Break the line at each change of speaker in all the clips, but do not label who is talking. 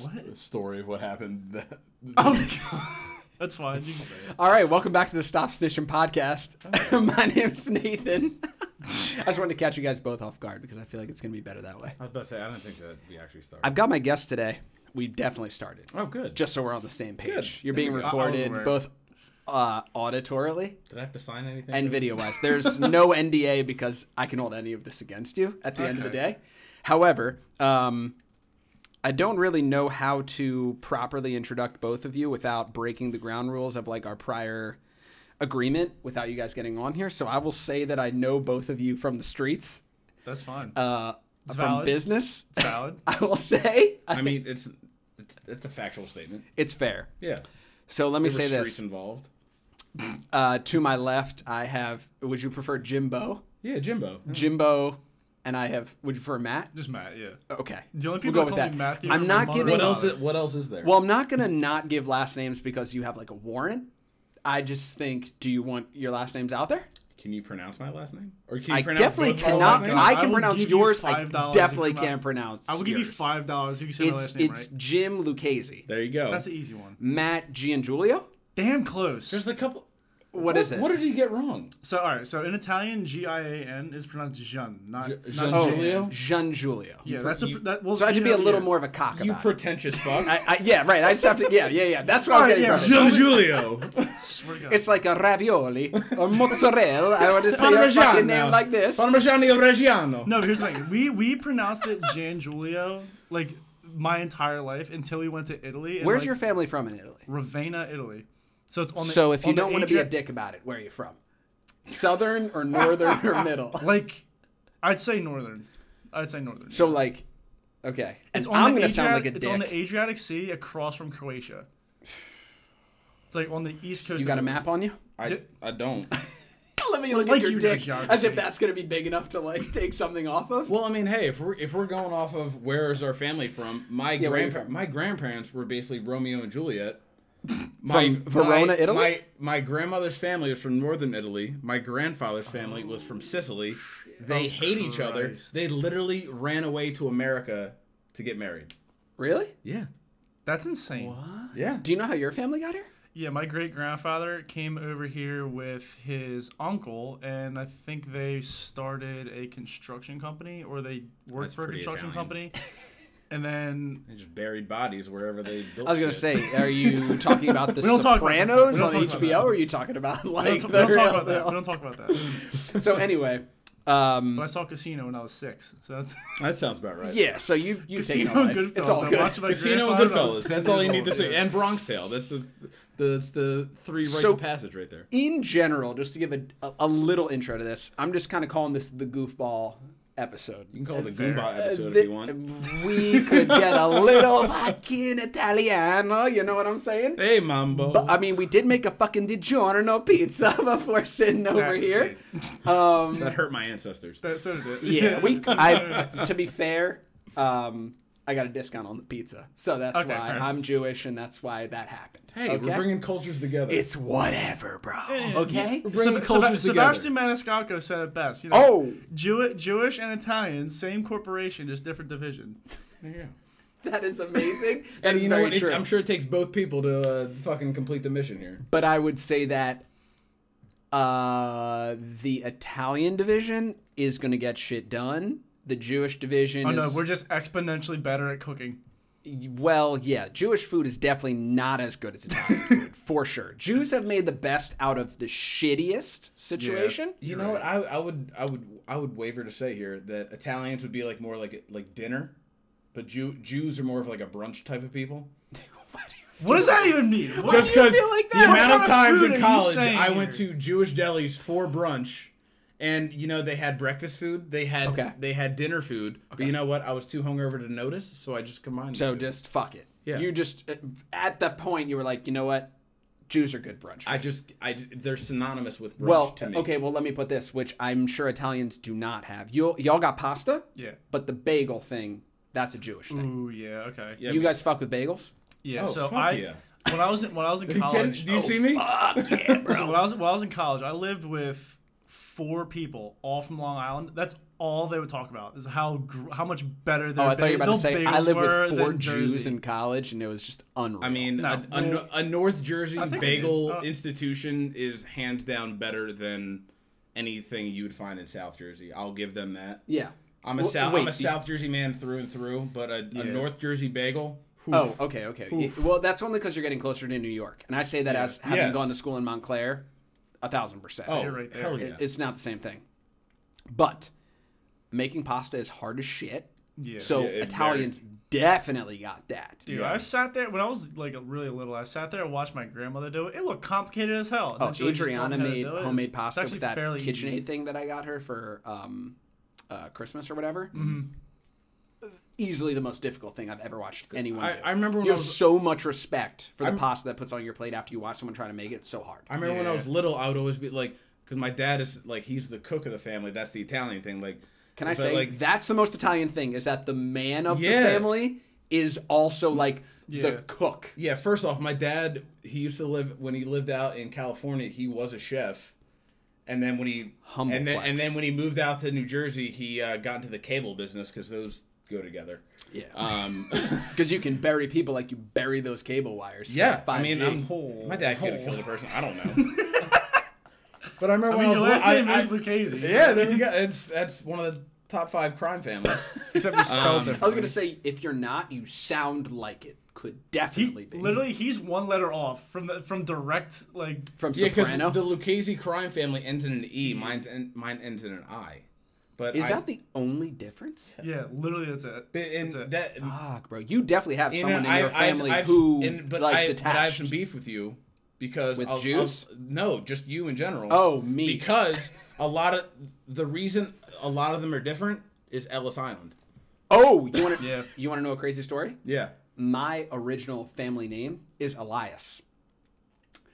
What? Story of what happened. That,
Oh my god. That's fine. You can say it.
All right, welcome back to the Stop Snitching podcast. My name's Nathan. I just wanted to catch you guys both off guard because I feel like it's going to be better that way.
I was about to say I don't think that we actually started.
I've got my guest today. We definitely started.
oh, good.
Just so we're on the same page.
Good.
You're being
There we go.
I- I was
recorded
aware.
both uh, auditorily
Did I have to sign anything?
and video wise. There's no NDA because I can hold any of this against you at the end of the
Okay.
day. However, um, I don't really know how to properly introduct both of you without breaking the ground rules of like our prior agreement without you guys getting on here. So I will say that I know both of you from the streets,
That's fine.
uh,
It's
from
valid.
business.
it's valid.
I will say
I mean, it's it's, it's a factual statement.
it's fair.
Yeah.
So let me
There
say
were
this.
streets involved.
Uh, to my left, I have. Would you prefer Jimbo?
Yeah, Jimbo.
Jimbo, and I have. Would you prefer Matt?
Just Matt, yeah.
Okay.
The only
We'll
people that
go with
call
that.
me Matthew
I'm
are
not
my
giving.
mother.
What else? Is, what else is there?
Well, I'm not gonna not give last names because you have like a warrant. I just think, do you want your last names out there?
can you pronounce my last name? Or can you
I
pronounce
definitely
both of our
cannot.
last names?
I
I
can
will
pronounce
give you
yours. I
$5 if you
definitely
come out.
can't pronounce.
I will give you
yours.
five dollars. You can say my
It's
last name
it's
right.
Jim Lucchese,
There you go.
That's the easy one.
Matt Giangiulio.
Damn close.
There's a couple.
What is it?
What did he get wrong?
so all right. So in Italian, G I A N is pronounced Jean, not
Ju-
not
Oh,
Jan.
Giulio?
Giangiulio.
Yeah, that's a,
you-
that. Well,
So I had to
you
be a
know,
little
yeah.
more of a cock
You
about it.
pretentious fuck.
I, I, yeah, right. I just have to. Yeah, yeah, yeah. That's what I was
Alright,
getting
yeah,
from. it.
sure.
Gian Giulio.
Swear to God.
It's like a ravioli or mozzarella. I want to say a
Parmigiano.
fucking name like this.
Parmigiano Reggiano.
No, here's the thing. We we pronounced it Jan Giulio like my entire life until we went to Italy. And
Where's
like,
your family from in Italy?
Ravenna, Italy? So it's on the.
So if you
on the
don't want to be a
Adri-
dick about it, where are you from? Southern or northern or middle?
like, I'd say northern. I'd say northern.
So like, okay, and
it's on
I'm
the
gonna
Adriatic,
sound like a
It's on the
dick.
Adriatic Sea, across from Croatia. It's like on the east coast.
You got a
of-
map on you?
I, I don't.
Let me look
Like
at your
you know
dick
geography.
as if that's gonna be big enough to like take something off of.
Well, I mean, hey, if we're if we're going off of where is our family from, my
where you
grandpa-
from?
my grandparents were basically Romeo and Juliet. My,
Verona,
my-
Italy?
My, my grandmother's family was from northern Italy. My grandfather's family
Oh,
was from Sicily. They hate each other.
Christ.
They literally ran away to America to get married.
Really?
Yeah.
That's insane.
Yeah.
Do you know how your family got here?
Yeah, my great grandfather came over here with his uncle, and I think they started a construction company, or they worked
That's
for a
pretty
construction
Italian.
company. And then
They just buried bodies wherever they built
I was gonna
shit.
say, are you talking about the
We don't talk about that.
Sopranos
We don't
on
talk about
HBO,
that.
or are you talking about
we don't,
like?
ta- we
the
don't talk
real
about that. We
deal?
don't talk about that.
So anyway, um,
But I saw Casino when I was six, so that's
That sounds about right.
yeah. So you you taken
Casino
a
and
life.
Goodfellas.
It's all
I
good.
watched my
Casino and
grandfather when
Goodfellas.
I was
That's
10
all you
years
need to
old,
say.
yeah.
And Bronx Tale. That's the, the that's the three rites
So-
of passage right there.
in general, just to give a, a, a little intro to this, I'm just kind of calling this the goofball episode. Uh,
You can call it the
Fair.
Goomba episode if you want.
We could get a little fucking Italiano, you know what I'm saying?
Hey, Mambo.
But I mean, we did make a fucking DiGiorno pizza before sitting over
That-
here. Um,
that hurt my ancestors.
That, so did it.
Yeah, we. I to be fair, um, I got a discount on the pizza, so that's
Okay,
why
fair.
I'm Jewish, and that's why that happened.
Hey, we're
okay?
bringing cultures together.
It's whatever, bro.
yeah.
Okay.
We're
Seb-
bringing
Seb-
cultures
Sebastian
together.
Maniscalco said it best. You know,
Oh,
Jew- Jewish and Italian, same corporation, just different division.
that is amazing. That is
you know
very
what? It-
true.
I'm sure it takes both people to uh, fucking complete the mission here.
but I would say that uh, the Italian division is going to get shit done. The Jewish division
Oh
is
no, we're just exponentially better at cooking.
well, yeah. Jewish food is definitely not as good as Italian food for sure. Jews have made the best out of the shittiest situation.
You know what? I, I would I would I would waver to say here that Italians would be like more like like dinner, but Jew, Jews are more of like a brunch type of people.
What does that even mean? What
Just
do you-
because
feel like
the
that? What
amount of
kind
times
of food are
in
you
college
saying
I went
here?
to Jewish delis for brunch, and you know they had breakfast food, they had
Okay.
they had dinner food, but you know what? I was too hungover to notice, so I just combined. the
So
two.
just fuck it.
Yeah.
You just uh, at that point you were like, you know what, Jews are good brunch.
I just I j- they're synonymous with brunch
well,
to me.
okay. Well, let me put this, which I'm sure Italians do not have. You y'all got pasta,
Yeah.
but the bagel thing, that's a Jewish thing.
Ooh yeah. Okay.
Mm, Yeah,
you
we-
guys fuck with bagels?
Yeah.
Oh,
so
fuck
I
yeah.
when I was in, when I was in
You kidding?
college. Oh,
Do you see me?
Fuck yeah,
Listen, when I was when I was in college, I lived with four people, all from Long Island. That's all they would talk about is how gr- how much better.
Oh,
Their
I thought you were about to
their
say I
bagels
lived
were
with four
than
Jews
Jersey.
in college, and it was just unreal.
I mean,
No.
a, a, a North Jersey
I think I
bagel
did. Uh,
institution is hands down better than anything you would find in South Jersey. I'll give them that.
yeah.
I'm a
Well,
South,
wait,
I'm a
do-
South Jersey man through and through, but a, a North Jersey bagel. oof.
Oh, okay, okay. Y-
Oof.
Well, that's only because you're getting closer to New York, and I say that as having
Yeah.
gone to school in Montclair, a thousand percent.
oh,
you're right there.
hell
It-
yeah.
it's not the same thing. But making pasta is hard as shit.
Yeah.
So
Yeah, it
Italians definitely got that.
Dude,
Yeah.
I sat there when I was like really little. I sat there and watched my grandmother do it. It looked complicated as hell. And
Oh,
then she would just tell me
Adriana
how to
made
do it. It's-
homemade
it's
pasta
actually
with that
fairly
KitchenAid
easy.
thing that I got her for um, uh, Christmas or whatever.
Mm-hmm.
Easily the most difficult thing I've ever watched anyone
I,
do.
I remember when
you
I
have
was
so much respect for the
I'm-
pasta that puts on your plate after you watch someone try to make it. It's so hard.
I remember when I was
Yeah.
little, I would always be like, because my dad is like he's the cook of the family. That's the Italian thing. Like,
Can I
but,
say that's the most Italian thing is that the man of
Yeah.
the family is also like the
Yeah.
cook.
Yeah, first off, my dad, he used to live when he lived out in California, he was a chef. And then when he
Humble
and then, and
flex.
then when he moved out to New Jersey, he uh, got into the cable business cuz those go together.
Yeah.
Um,
Because you can bury people like you bury those cable wires. for
yeah, I
5G.
mean, I'm,
Hole.
my dad could have
Hole.
killed a person. I don't know. but I remember
Oh. I
when
mean, your
I was
last
li-
name
I-
is
I-
Lucchese.
Yeah, there we go. It's that's one of the top 5 crime families.
Except you spelled
Um,
differently.
I was gonna say if you're not, you sound like it. Could
He,
definitely be
literally, he's one letter off from the from direct like.
from
yeah, cuz
Soprano.
the Lucchese crime family ends in an E, mine en- mine ends in an I. But
is
I,
that the only difference?
Yeah, literally, that's it.
and
That's it.
that
Fuck, bro, you definitely have
You
someone
know,
in your
I've- I've-
family
I've-
who
and- but
like
I,
detached.
But I have some beef with you because
With
I'll- I'll-
Jews?
no, just you in general.
Oh, me.
Because a lot of the reason a lot of them are different is Ellis Island.
oh, you want to?
Yeah.
You want to know a crazy story?
Yeah,
My original family name is Elias.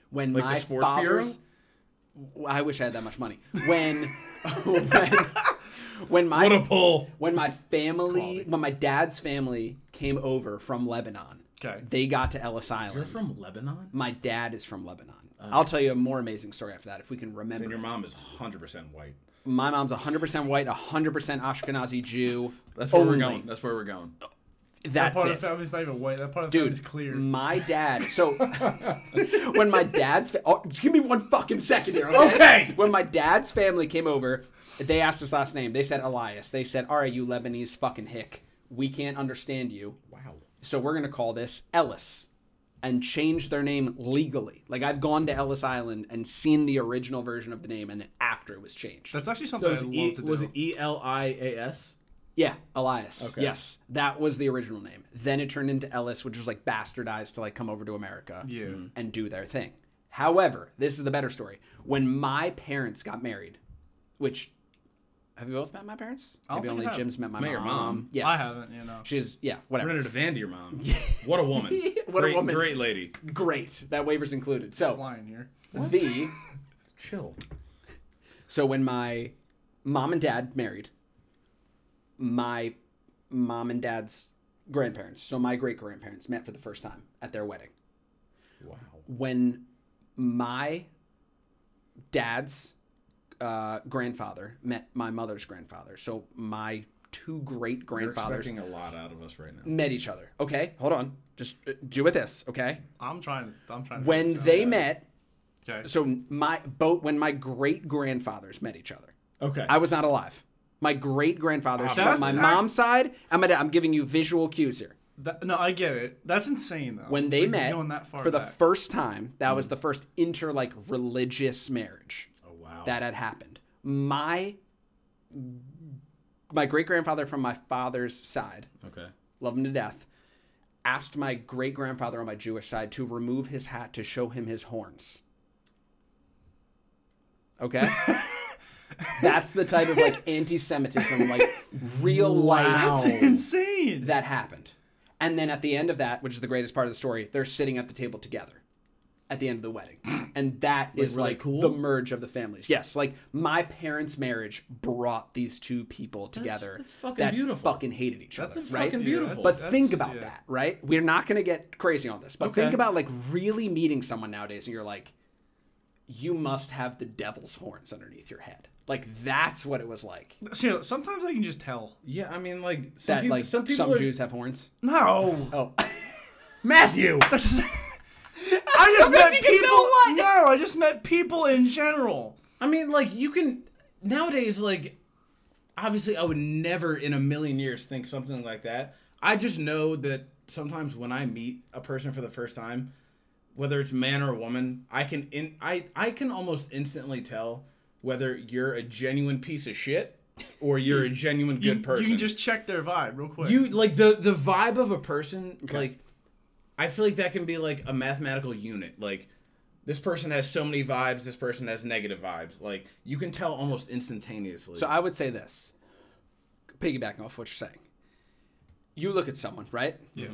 When
the
my
sports
father's, Well, I wish I had that much money. When, when, when my
pull.
when my family, when my dad's family came over from Lebanon,
Okay.
they got to Ellis
You're
Island.
from Lebanon,
my dad is from Lebanon. I'll tell you a more amazing story after that if we can remember.
and your mom is 100 percent white.
My mom's 100% white, 100% Ashkenazi Jew.
That's where
only.
we're going. That's where we're going.
that
That's
part
it.
of the family's not even white. That part of the
Dude,
family's clear.
my dad. So when my dad's fa- oh, just give me one fucking second here. Okay?
Okay.
When my dad's family came over, they asked his last name. They said Elias. They said, "All right, you Lebanese fucking hick. We can't understand you.
Wow.
So we're gonna call this Ellis." And change their name legally. Like I've gone to Ellis Island and seen the original version of the name, and then after it was changed.
That's actually
So
something
it's
I love
e,
to do.
was it E L I A S?
Yeah, Elias.
Okay.
Yes, that was the original name. Then it turned into Ellis, which was like bastardized to like come over to America
Yeah.
Mm-hmm.
and do their thing. However, this is the better story. When my parents got married, which have you both met my parents?
don't
Maybe
think
only
I have.
Jim's met my
Met
mom.
your mom.
Yes,
I haven't, you know.
She's yeah, whatever.
Rented a van to your mom. What a woman.
What a
great,
woman.
Great lady.
Great. That waiver's included. So
Flying here.
the
Chill.
so when my mom and dad married, my mom and dad's grandparents, so my great grandparents, met for the first time at their wedding.
Wow.
when my dad's uh, grandfather met my mother's grandfather. So my two great
You're
grandfathers
expecting a lot out of us right now.
met each other. Okay, hold on. Just uh, do with this. Okay.
I'm trying. I'm trying. to
When
figure this
they
out.
met,
Okay.
so my boat when my great grandfathers met each other,
Okay.
I was not alive. My great grandfathers
That's
from my
act-
mom's side and my dad. I'm giving you visual cues here.
That, no, I get it. That's insane though.
when they
Like,
met
going that far
for the
back.
first time that was the first inter like religious marriage
oh wow.
that had happened my my great grandfather from my father's side
okay.
love him to death asked my great grandfather on my jewish side to remove his hat to show him his horns okay that's the type of like anti-semitism like real
Wow.
life
That's insane.
that happened. And then at the end of that, which is the greatest part of the story, they're sitting at the table together at the end of the wedding. And that is
were they
like
cool?
the merge of the families. Yes, like my parents' marriage brought these two people together
that's fucking
that
beautiful.
fucking hated each
That's
other,
a
right?
fucking beautiful.
But
That's-
think about
yeah.
that, right? We're not going to get crazy on this, but
Okay.
think about like really meeting someone nowadays and you're like you must have the devil's horns underneath your head. Like that's what it was like.
See, sometimes I can just tell.
Yeah, I mean, like some
That
people,
like
some
some,
people are,
Jews have horns.
No.
Oh,
Matthew.
That's. I just
Sometimes
met
you can
people.
tell what?
No, I just met people in general.
I mean, like you can nowadays, like obviously, I would never in a million years think something like that. I just know that sometimes when I meet a person for the first time, whether it's man or woman, I can in I I can almost instantly tell whether you're a genuine piece of shit or you're a genuine good
you,
person.
You can just check their vibe real quick.
You like the the vibe of a person like I feel like that can be like a mathematical unit. Like this person has so many vibes, this person has negative vibes. Like you can tell almost instantaneously.
so I would say this, piggybacking off what you're saying. You look at someone, right?
yeah.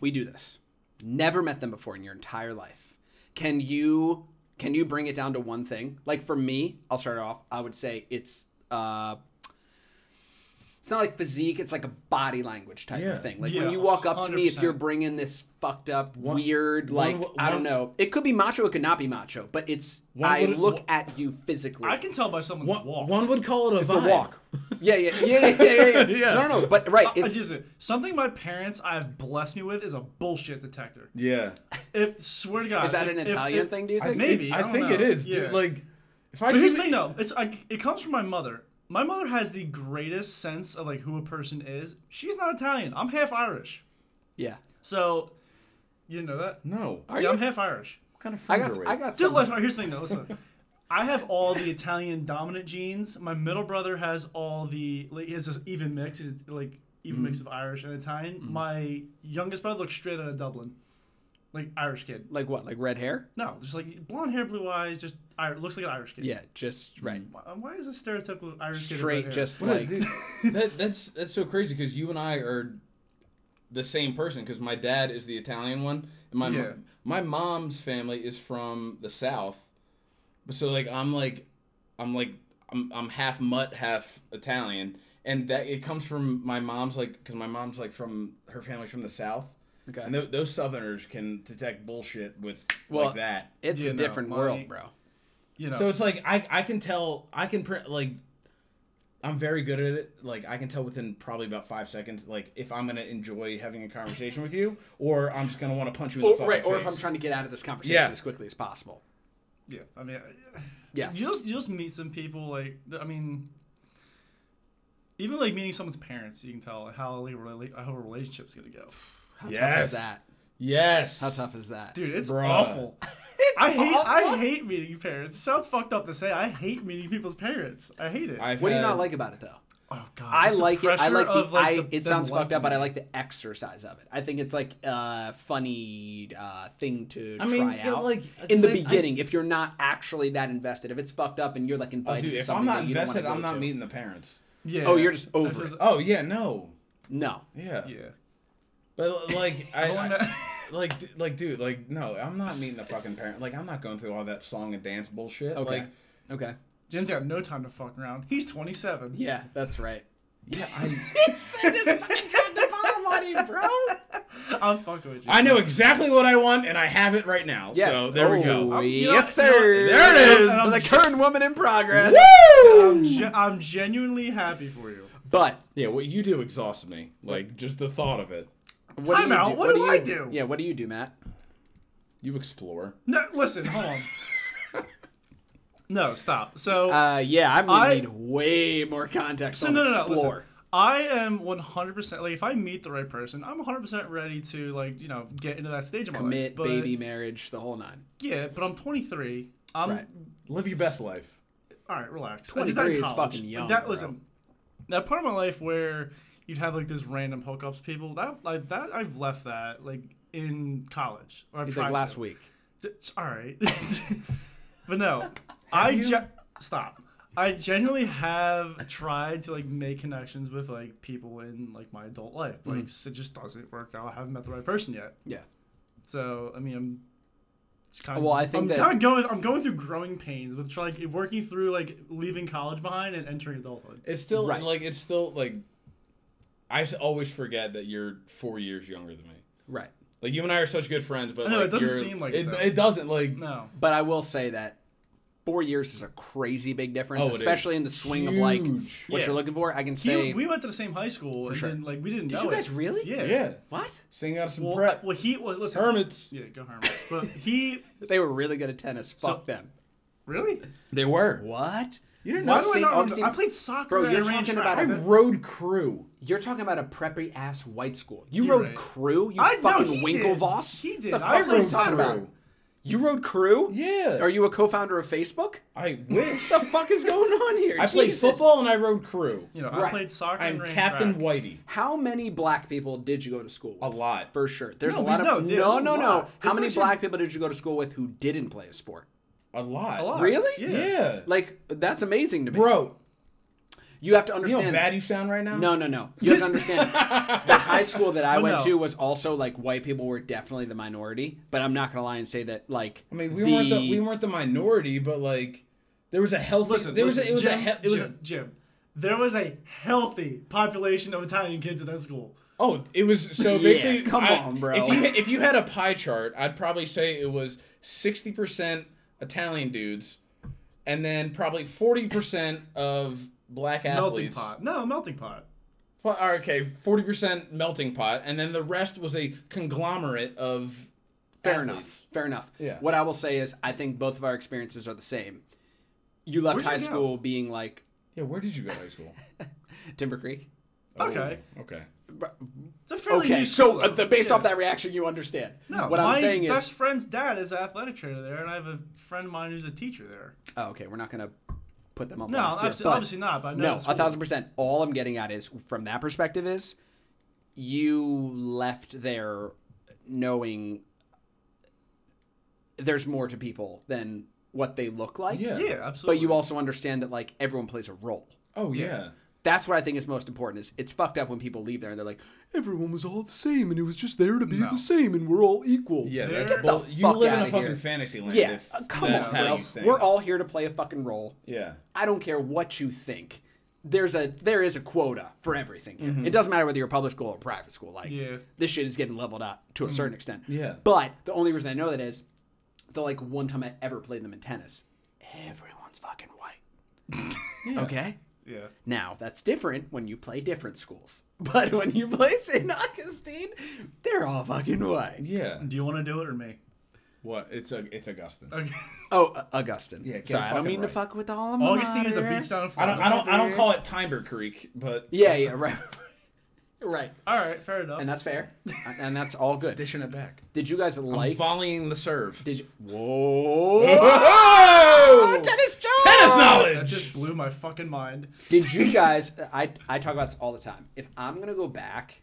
We do this. Never met them before in your entire life. Can you can you bring it down to one thing? Like for me, I'll start off. I would say it's uh it's not like physique, it's like a body language type
Yeah.
of thing. Like
Yeah,
when you walk up to me, if
100%.
you're bringing this fucked up, weird, like
one-
I don't
one-
know. It could be macho, it could not be macho, but it's
One
I
would-
look
one-
at you physically.
I can tell by someone's
one,
walk.
one would call it a
the
vibe.
walk. Yeah, yeah, yeah, yeah, yeah, yeah.
Yeah.
No, no, no, but right,
I- I
it's
just- something my parents I have blessed me with is a bullshit detector.
Yeah,
If swear to God,
is that
if-
an
if-
Italian
if-
thing? Do you
I
think?
Maybe.
think-
I
I,
don't
think
know.
it is. dude.
Yeah.
Like if I
But here's
see
the thing, though. It's I, it comes from my mother. My mother has the greatest sense of like who a person is. She's not Italian. I'm half Irish,
Yeah.
so you didn't know that.
no,
Are
yeah,
you?
I'm half Irish.
what kind of
I
friends
got.
are we?
I got.
Dude,
Some,
look, here's the thing though. Listen, I have all the Italian dominant genes. My middle brother has all the like he has an even mix. He's like even
Mm.
mix of Irish and Italian. My youngest brother looks straight out of Dublin, like Irish kid.
like what? Like red hair?
No, just like blonde hair, blue eyes, just Ir- looks like an Irish kid.
Yeah, just right.
Why, why is a stereotypical Irish kid with red
Straight,
hair?
just
What a-
like
dude, that, that's that's so crazy because you and I are the same person because my dad is the Italian one and my mo-
Yeah.
my mom's family is from the South, so like I'm like I'm like I'm I'm half mutt half Italian and that it comes from my mom's like because my mom's like from her family's from the South.
Okay.
And th- those Southerners can detect bullshit with
Well,
like that.
it's
Yeah,
a
no,
different
my-
world, bro.
you know.
So it's like I I can tell I can print like I'm very good at it. Like I can tell within probably about five seconds, like if I'm gonna enjoy having a conversation with you, or I'm just gonna want to punch you in the
Or,
fucking
right, or if
face.
I'm trying to get out of this conversation
Yeah.
as quickly as possible.
yeah, I mean, I-
Yes.
you just you just meet some people like th- I mean, even like meeting someone's parents, you can tell how like rela- how a relationship's gonna go.
How tough
Yes.
is that?
Yes.
How tough is that?
Dude, it's
Bruh.
awful. I hate I
awful?
hate meeting parents. It sounds fucked up to say. I hate meeting people's parents. I hate it.
I've
what do you
had-
not like about it though?
oh god.
I
just the
like it. I
pressure
like the.
of, like,
I,
the- them
it sounds fucked
liking
up, but I
you.
like the exercise of it. I think it's like a funny uh, thing to
I mean,
try
yeah,
out.
like,
in the
I- I-
beginning, if you're not actually that invested, if it's fucked up and you're
Oh,
like invited
Dude,
to
if
something
I'm not
that you don't wanna
invested, I'm
go
not
to.
meeting the parents.
Yeah.
Oh, you're just over
That's
it.
just-
Oh yeah, no,
No,
yeah,
Yeah.
but like I,
Well,
I
no-
like d- like dude, like no, I'm not meeting the fucking parent. Like I'm not going through all that song and dance bullshit.
Okay.
Like
okay.
Jim's got no time to fuck around. He's 27.
Yeah, that's right.
yeah, I
I'm fucking with you.
I know exactly what I want and I have it right now.
Yes.
So there we go.
Oh,
I'm- you know-
yes,
you know-
sir.
There it is.
The current woman in progress.
I'm, gen- I'm genuinely happy for you.
But
Yeah, what you do exhausts me. Like just the thought of it.
what
Time
do you
out.
do?
What do
you
I do?
Yeah, what do you do, Matt?
You explore.
No, listen, hold on. No, stop. So,
Uh, yeah, I'm gonna
I-
need way more context
so
on
no, no, no.
explore.
Listen, I am 100% like if I meet the right person, I'm 100% ready to like you know get into that stage of my life.
Commit,
But,
baby, marriage, the whole nine.
Yeah, but I'm 23. I'm
Right.
Live your best life.
all right. Relax. I did that
23
in
is
college.
fucking
Like,
young,
that
bro.
listen, that part of my life where you'd have like those random hookups, people that like that I've left that like in college. Or I've
He's like
tried
last
to.
week.
It's all right. but no, I ge- stop. I genuinely have tried to like make connections with like people in like my adult life.
Mm-hmm.
Like it just doesn't work out. I haven't met the right person yet.
Yeah.
So I mean, I'm it's kind of
Well, I think
I'm
that-
kind of going. I'm going through growing pains with like working through like leaving college behind and entering adulthood.
It's still
Right.
like it's still like I s- always forget that you're four years younger than me.
Right.
Like you and I are such good friends, but
know,
like,
it doesn't
you're-
seem like it,
it.
though.
It doesn't like
No,
But I will say that four years is a crazy big difference,
Oh, it is.
especially in the swing of like
Huge.
what
Yeah.
you're looking for. I can
He-
say,
we went to the same high school, and
sure.
then like we didn't
did
know
you
it.
guys really?
Yeah.
Yeah.
What?
Sing out some
Well,
prep.
I- well, he was listen.
Hermits.
Yeah, go Hermits. But he
They were really good at tennis. Fuck them.
really?
They were.
What? You didn't
Why
know
do I
St.
not
Augustine?
remember? I played soccer.
Bro,
and
you're
I ran
talking
track.
about
I
a-
rode crew.
You're talking about a preppy ass white school. You
You're
rode
right.
crew. You
I know
fucking
he
Winklevoss.
did. He did.
The
I
fuck are
rode
you talking
crew.
about? You rode crew?
Yeah.
Are you a co-founder of Facebook?
I wish.
The fuck is going on here?
I played
Jesus.
football and I rode crew.
You know,
Right.
I played soccer.
I'm
and ran
Captain
track.
Whitey.
How many black people did you go to school with?
A lot.
For sure. There's
No,
a lot
we
of
know, there's
no,
a
no, no.
lot.
How
It's
many
actually-
black people did you go to school with who didn't play a sport?
A lot.
A lot.
Really?
Yeah.
Yeah.
Like that's amazing to me.
Bro,
you have to
you know
understand.
how bad you sound right now?
no, no, no. You have to understand. the high school that I
Well,
went
no.
to was also like white people were definitely the minority, but I'm not gonna lie and say that like
I mean, we weren't the we weren't the minority, but like there was a healthy
Listen,
there
listen,
was a, it was
Jim,
a he- it was a,
Jim, Jim. There was a healthy population of Italian kids at that school.
Oh, it was so
Yeah,
basically.
come
I-
on, bro.
If you if you had a pie chart, I'd probably say it was sixty percent Italian dudes, and then probably forty percent of black
Melting
athletes.
pot. No, melting pot.
Well, okay, forty percent melting pot, and then the rest was a conglomerate of.
Fair
athletes.
enough. Fair enough.
Yeah.
What I will say is, I think both of our experiences are the same. You
Where'd
left
you
high
go?
school being like
Yeah, where did you go to high school?
Timber Creek.
Oh,
Okay.
okay.
It's a fairly
okay,
new
so
school,
uh, the,
though.
based
Yeah.
off that reaction, you understand.
No,
what
my
I'm saying is,
best friend's dad is an athletic trainer there, and I have a friend of mine who's a teacher there.
oh, okay, we're not gonna put them up.
No,
last
obviously,
year, but
obviously not. But I know
no,
the
a
school.
thousand percent. All I'm getting at is, from that perspective, is you left there knowing there's more to people than what they look like.
Yeah.
Yeah,
But
absolutely.
you also understand that like everyone plays a role.
Oh yeah.
That's what I think is most important. Is it's fucked up when people leave there and they're like, everyone was all the same and it was just there to be the same and we're all equal.
Yeah,
Get
that's
the
bull- you
fuck
live in a
outta
fucking
here.
fantasy land.
Yeah,
if
uh, come
that's
on,
how
bro.
you think.
We're all here to play a fucking role.
Yeah.
I don't care what you think. There's a there is a quota for everything. here. It doesn't matter whether you're a public school or a private school. Like
Mm-hmm. Yeah. Mm-hmm.
this shit is getting leveled out to a certain extent.
Yeah.
But the only reason I know that is the like one time I ever played them in tennis, everyone's fucking white. Okay.
yeah.
Now that's different when you play different schools. But when you play St. Augustine, they're all fucking white.
Yeah.
Do you want to do it or me?
What? It's a it's Augustin.
Okay.
Oh, uh, Augustine.
Yeah, get
Sorry, I don't
fucking
mean
right.
to fuck with the alma
Oh, Augustine is a
mater.
beach down in
I
Florida.
don't I don't I don't call it Timber Creek, but
Yeah, yeah, right, right.
All right, fair enough.
and that's fair, and that's all good.
dishing it back.
Did you guys like?
volleying the serve.
Did you? Whoa!
Whoa!
tennis Jones!
Tennis knowledge!
that just blew my fucking mind.
Did you guys? I I talk about this all the time. If I'm gonna go back,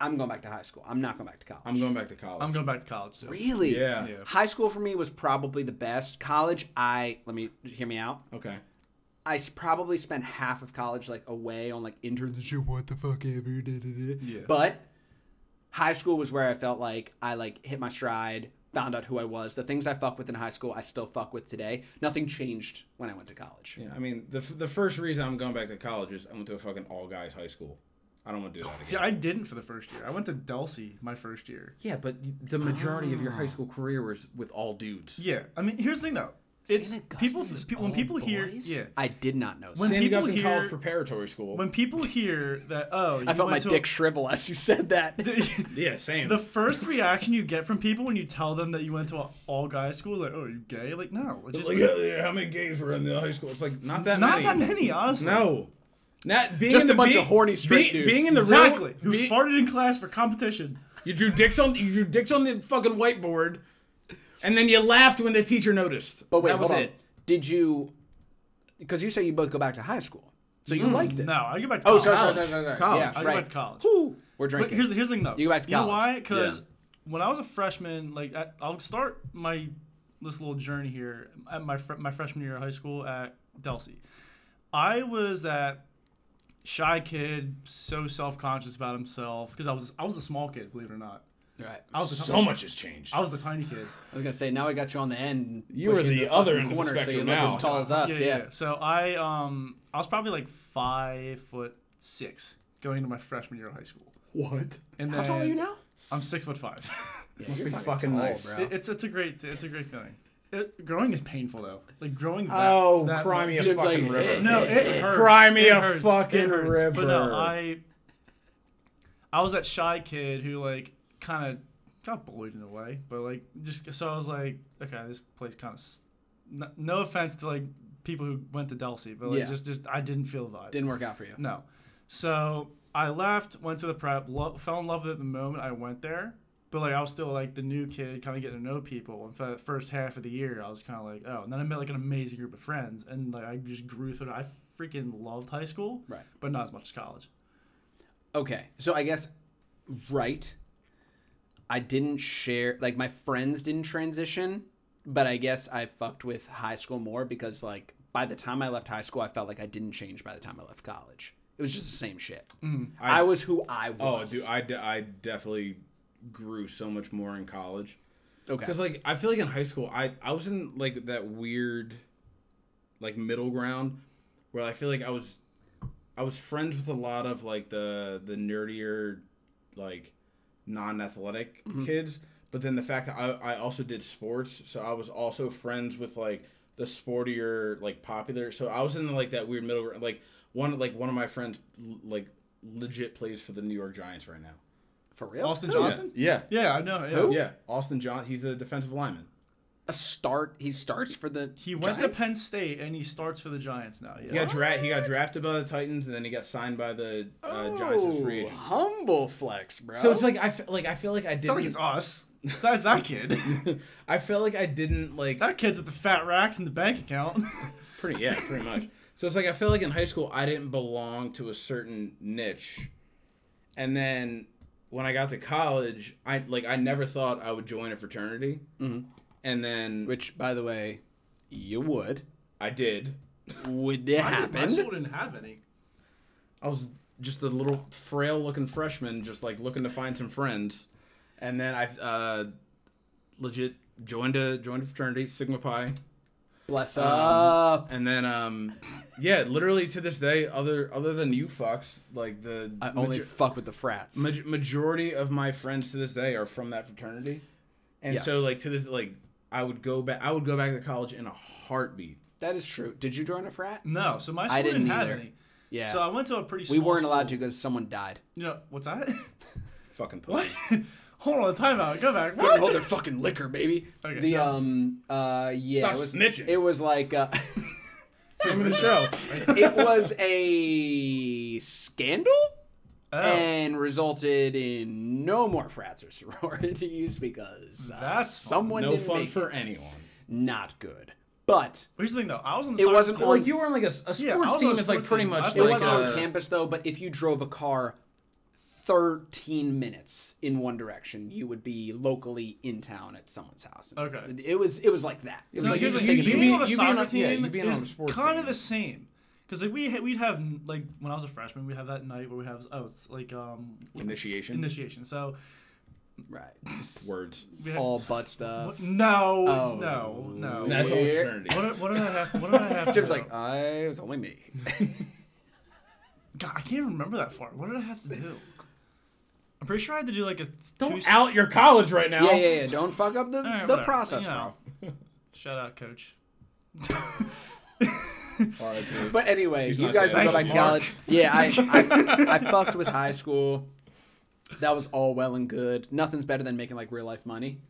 I'm going back to high school. I'm not going back to college.
I'm going back to college.
I'm going back to college. Too.
Really?
Yeah.
Yeah.
High school for me was probably the best. College, I let me hear me out.
Okay.
I s- probably spent half of college like away on like internship, what the fuck ever. Da, da, da.
Yeah.
But high school was where I felt like I like hit my stride, found out who I was. The things I fuck with in high school, I still fuck with today. Nothing changed when I went to college.
Yeah, I mean, the, f- the first reason I'm going back to college is I went to a fucking all guys high school. I don't want to do that
See,
again.
I didn't for the first year. I went to Delsey my first year.
Yeah, but the majority of your high school career was with all dudes.
Yeah, I mean, here's the thing though. It's
Saint Augustine
people.
was
people when
all
people hear,
boys?
yeah,
I did not know. That.
When-
Sandy
people
Augustine
here-
College Preparatory School.
when people hear that, oh, you
I felt my
went to
dick shrivel as you said that.
A,
yeah, same.
The first reaction you get from people when you tell them that you went to an all guy school is like, "Oh, are you gay?" Like, no, it's just
Like, yeah, yeah, how many gays were in the high school? It's like not that
not
many.
that many, honestly.
No. Not being
Just
in the
a bunch
be-
of horny
be-
straight dudes.
Being in the
exactly.
real,
Who
be-
farted in class for competition?
you drew dicks on you drew dicks on the fucking whiteboard, and then you laughed when the teacher noticed.
But wait,
that was
hold on.
it.
Did you? Because you say you both go back to high school, so you liked it.
No, I go back to
Oh,
college.
sorry, sorry, sorry, sorry, sorry.
College.
Yeah,
I
go
right.
back to college.
Whew, we're
But
drinking.
here's the, here's the thing though.
You go back to
You know
college.
why? Because
Yeah.
when I was a freshman, like I, I'll start my this little journey here at my fr- my freshman year of high school at Delsey. I was that shy kid, so self conscious about himself because I was I was a small kid, believe it or not.
right.
I was the ti-
So much has changed.
I was the tiny kid.
I was gonna say now I got you on the end.
You were
push
the
fucking
other end of the spectrum
so you look
now.
as tall as us. Yeah.
So I um I was probably like five foot six going into my freshman year of high school.
what?
And
How
then
tall are you now?
I'm six foot five.
Must be fucking nice.
It- it's it's a great it's a great feeling. it, growing is painful though. Like growing. That,
Oh,
that
cry me a
Jim's
fucking
like,
river.
No, it hurts.
Cry me
It
a
hurts.
fucking
It hurts. But
river.
no, I, I was that shy kid who like kind of got bullied in a way, but like just so I was like, okay, this place kind of. No, no offense to like people who went to Delsey, but like
Yeah.
just just I didn't feel the vibe.
Didn't work out for you.
No. So I left, went to the prep, lo- fell in love with it the moment I went there. But like I was still like the new kid, kind of getting to know people. And for the first half of the year, I was kind of like, oh. And then I met like an amazing group of friends, and like I just grew through it. I freaking loved high school,
Right.
But not as much as college.
Okay. So I guess right. I didn't share like my friends didn't transition, but I guess I fucked with high school more because like by the time I left high school, I felt like I didn't change by the time I left college. It was just the same shit. I,
I-
was who I
Oh,
was.
dude, I, de- I definitely grew so much more in college.
okay.
Because like I feel like in high school, I I was in like that weird, like middle ground, where I feel like I was, I was friends with a lot of like the the nerdier, like, non athletic kids. But then the fact that I I also did sports, so I was also friends with like the sportier like popular. So I was in like that weird middle ground. Like one like one of my friends l- like legit plays for the New York Giants right now.
For real?
Austin
Who?
Johnson?
Yeah.
Yeah, I know. Yeah.
Oh, Who?
Yeah, Austin John. He's a defensive lineman.
A start he starts for the
He went
Giants?
to Penn State, and he starts for the Giants now.
He
Yeah.
got, dra- he got drafted by the Titans, and then he got signed by the uh, Giants as free
Oh,
agent.
humble flex, bro.
So it's like I fe- like I feel like I
It's not like
didn't.
it's us. Besides that kid,
I felt like I didn't like
that kid's with the fat racks and the bank account.
pretty yeah pretty much. So it's like I feel like in high school I didn't belong to a certain niche, and then when I got to college, I like I never thought I would join a fraternity,
Mm-hmm.
and then
which by the way, you would.
I did.
Would it
My school
happen?
didn't have any.
I was just a little frail looking freshman, just like looking to find some friends. And then I uh, legit joined a joined a fraternity, Sigma Pi.
Bless up.
And then um yeah, literally to this day, other other than you fucks, like the
I only
major-
fuck with the frats.
maj- majority of my friends to this day are from that fraternity. And
Yes.
so like to this like I would go back I would go back to college in a heartbeat.
That is true. Did you join a frat?
No, so my school
didn't
didn't, have
either.
any.
Yeah.
So I went to a pretty.
we
small
weren't allowed
school.
to because someone died.
You know what's that?
Fucking pussy.
what? Hold on, time out. Go back.
Couldn't
What?
hold their fucking liquor, baby.
Okay.
the um uh yeah
Stop
it was
snitching.
it was like uh,
Name of the show.
it was a scandal
Oh,
and resulted in no more frats or sororities because uh,
That's fun.
someone
No
didn't
fun
make
for
it.
anyone.
not good. But
here's the thing though. I was on the.
It
soccer
wasn't
team.
on-
Like you were on like a, a sports
Yeah, I was on a
team. It's like
sports
pretty
team.
much
I
It
Like,
was
uh,
on campus though, but if you drove a car 13 minutes in one direction, you would be locally in town at someone's house.
Okay.
It was it was like that. It was
So
like
here's
you're
the
just
thing.
taking
You
you being-
being on a
you being
soccer
on- yeah, you
team
being on a
is
sports
kind of
team.
the same. Cause like we ha- we'd have like when I was a freshman we'd have that night where we have oh it's like um
Initiation?
initiation so
right.
words.
we had,
All butt stuff.
no
Oh.
no no
That's all
Weird.
fraternity.
what, did- what did I have what did I have
Jim's
to
like,
do?
I it was only me.
God I can't even remember that far what did I have to do I'm pretty sure I had to do like a
Don't
two-
out your college right now.
yeah, yeah, yeah. Don't fuck up the,
All right,
the
whatever.
process,
You
bro.
know. Shout out coach
But anyway,
He's
you
not
guys
dead.
can go back
Thanks,
to
Mark.
college. Yeah, I, I I fucked with high school. That was all well and good. Nothing's better than making like real life money.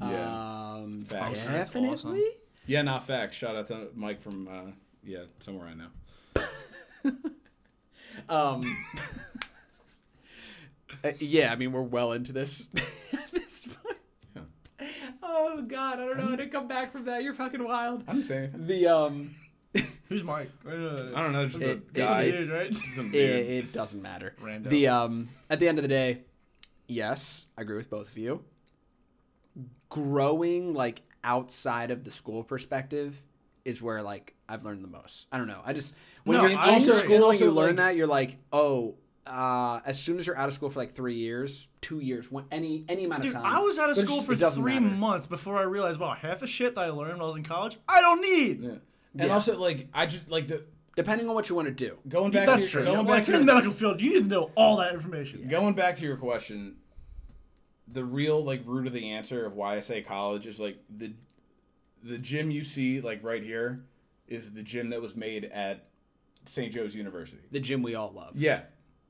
Yeah.
Um,
Facts.
Oh, that's awesome.
definitely.
yeah, not facts. Shout out to Mike from uh, yeah somewhere I know.
Um, uh, yeah, I mean, we're well into this. this point.
Yeah.
Oh God, I don't know how to come back from that. You're fucking wild.
I'm saying
The um,
who's Mike uh, I don't know who that is.
I don't know. Just
It-
a guy.
it-
Dude, right?
some
it,
dude.
it doesn't matter.
Rando.
The um, at the end of the day, yes, I agree with both of you. Growing like outside of the school perspective is where like I've learned the most. I don't know. I just when
No,
you're in
I agree.
school
And
and
also,
you learn
like-
that you're like, oh, uh, as soon as you're out of school for like three years, two years, one, any any amount
Dude,
of time.
I was out of
But it
school
just-
for
it doesn't
three
matter.
months before I realized, wow, half the shit that I learned when I was in college, I don't need.
Yeah. And also like I just like the
Depending on what you want to do.
going back.
That's
to your,
true.
Going
Well,
back
if
to
you're in
your,
the medical field, you need to know all that information.
going back to your question. The real like root of the answer of why I say college is like the the gym you see like right here is the gym that was made at St. Joe's University.
The gym we all love.
Yeah. uh,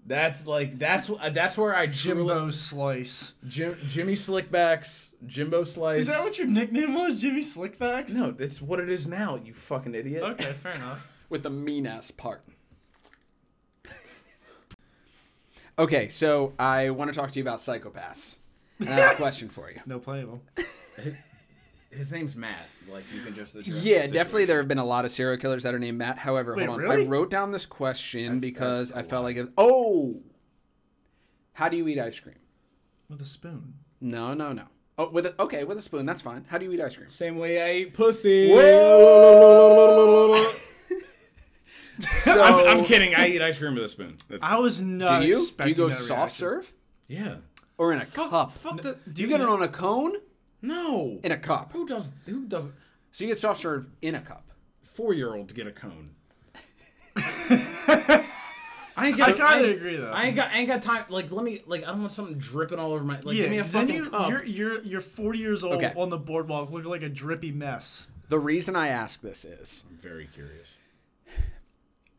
That's like that's wh- that's where I truly
Jimbo Slice.
Jim, Jimmy Slickbacks, Jimbo Slice.
Is that what your nickname was, Jimmy Slickbacks?
No, that's what it is now, you fucking idiot.
Okay, fair enough.
With the mean ass part. okay, so I want to talk to you about psychopaths. And I have a question for you.
No playable.
His name's Matt. Like you can just address
Yeah,
the
definitely.
situation.
There have been a lot of serial killers that are named Matt. However,
Wait,
hold on.
really?
I wrote down this question because I
that's a
felt like it. Oh, how do you eat ice cream?
With a spoon.
No, no, no. Oh, with a, okay, with a spoon. That's fine. How do you eat ice cream?
Same way I ate pussy.
Whoa! so,
I'm, I'm kidding. I eat ice cream with a spoon. That's,
I was not
do you do you
expecting
go
that
soft
reaction.
serve
yeah.
or in a cup?
Fuck the.
Do you get it on a cone
No.
in a cup?
who does? Who doesn't?
So you get soft serve in a cup.
Four year olds get a cone. I ain't
I
got.
kind of agree though.
I ain't got. I ain't got time. Like, let me. Like, I don't want something dripping all over my. Like,
yeah,
give me a
'cause then
fucking
you,
cup.
You're, you're you're 40 years old
Okay.
on the boardwalk, looking like a drippy mess.
The reason I ask this is
I'm very curious.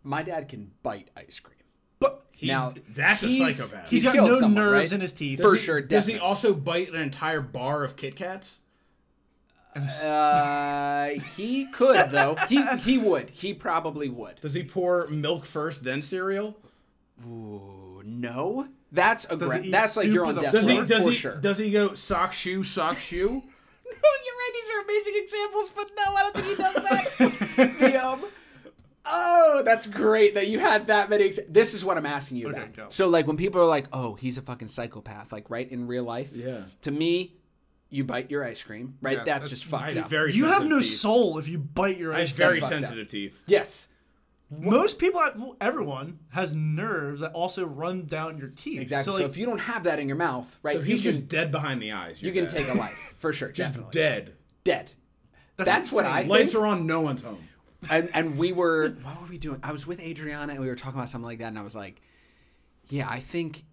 my dad can bite ice cream.
But
Now
That's a
he's-
psychopath.
he's
he's
got
killed
no
someone,
nerves
right?
in his teeth.
For
Does he-
sure,
Does he
definitely.
also bite an entire bar of Kit Kats?
And s-
Uh, he could though. He he would. He probably would.
Does he pour milk first, then cereal?
Ooh, no, that's
he eat
aggressive. That's like
soup
you're on
with a
death
Does he?
row,
Does
for
he?
sure.
Does he go sock shoe sock shoe?
No, you're right. These are amazing examples, but no, I don't think he does that. the, um, oh, that's great that you had that many. Ex- this is what I'm asking you
Okay,
about.
go.
So, like, when people are like, "Oh, he's a fucking psychopath," like, right in real life.
Yeah.
To me, you bite your ice cream, right?
Yes,
that's
that's
just
I
fucked
have
up.
very.
you have
sensitive
no
teeth.
soul if you bite your
I
ice
have
cream.
very
fucked up.
sensitive teeth.
yes,
Most people, well, everyone has nerves that also run down your teeth.
exactly. So,
So, like,
if you don't have that in your mouth, right,
So he's
you can
just dead behind the eyes.
you can take a life for sure.
Just
definitely
dead.
dead. That's what
insane.
I think.
Lights are on. No one's home.
and, and we were what were we doing? I was with Adriana and we were talking about something like that, and I was like, "Yeah, I think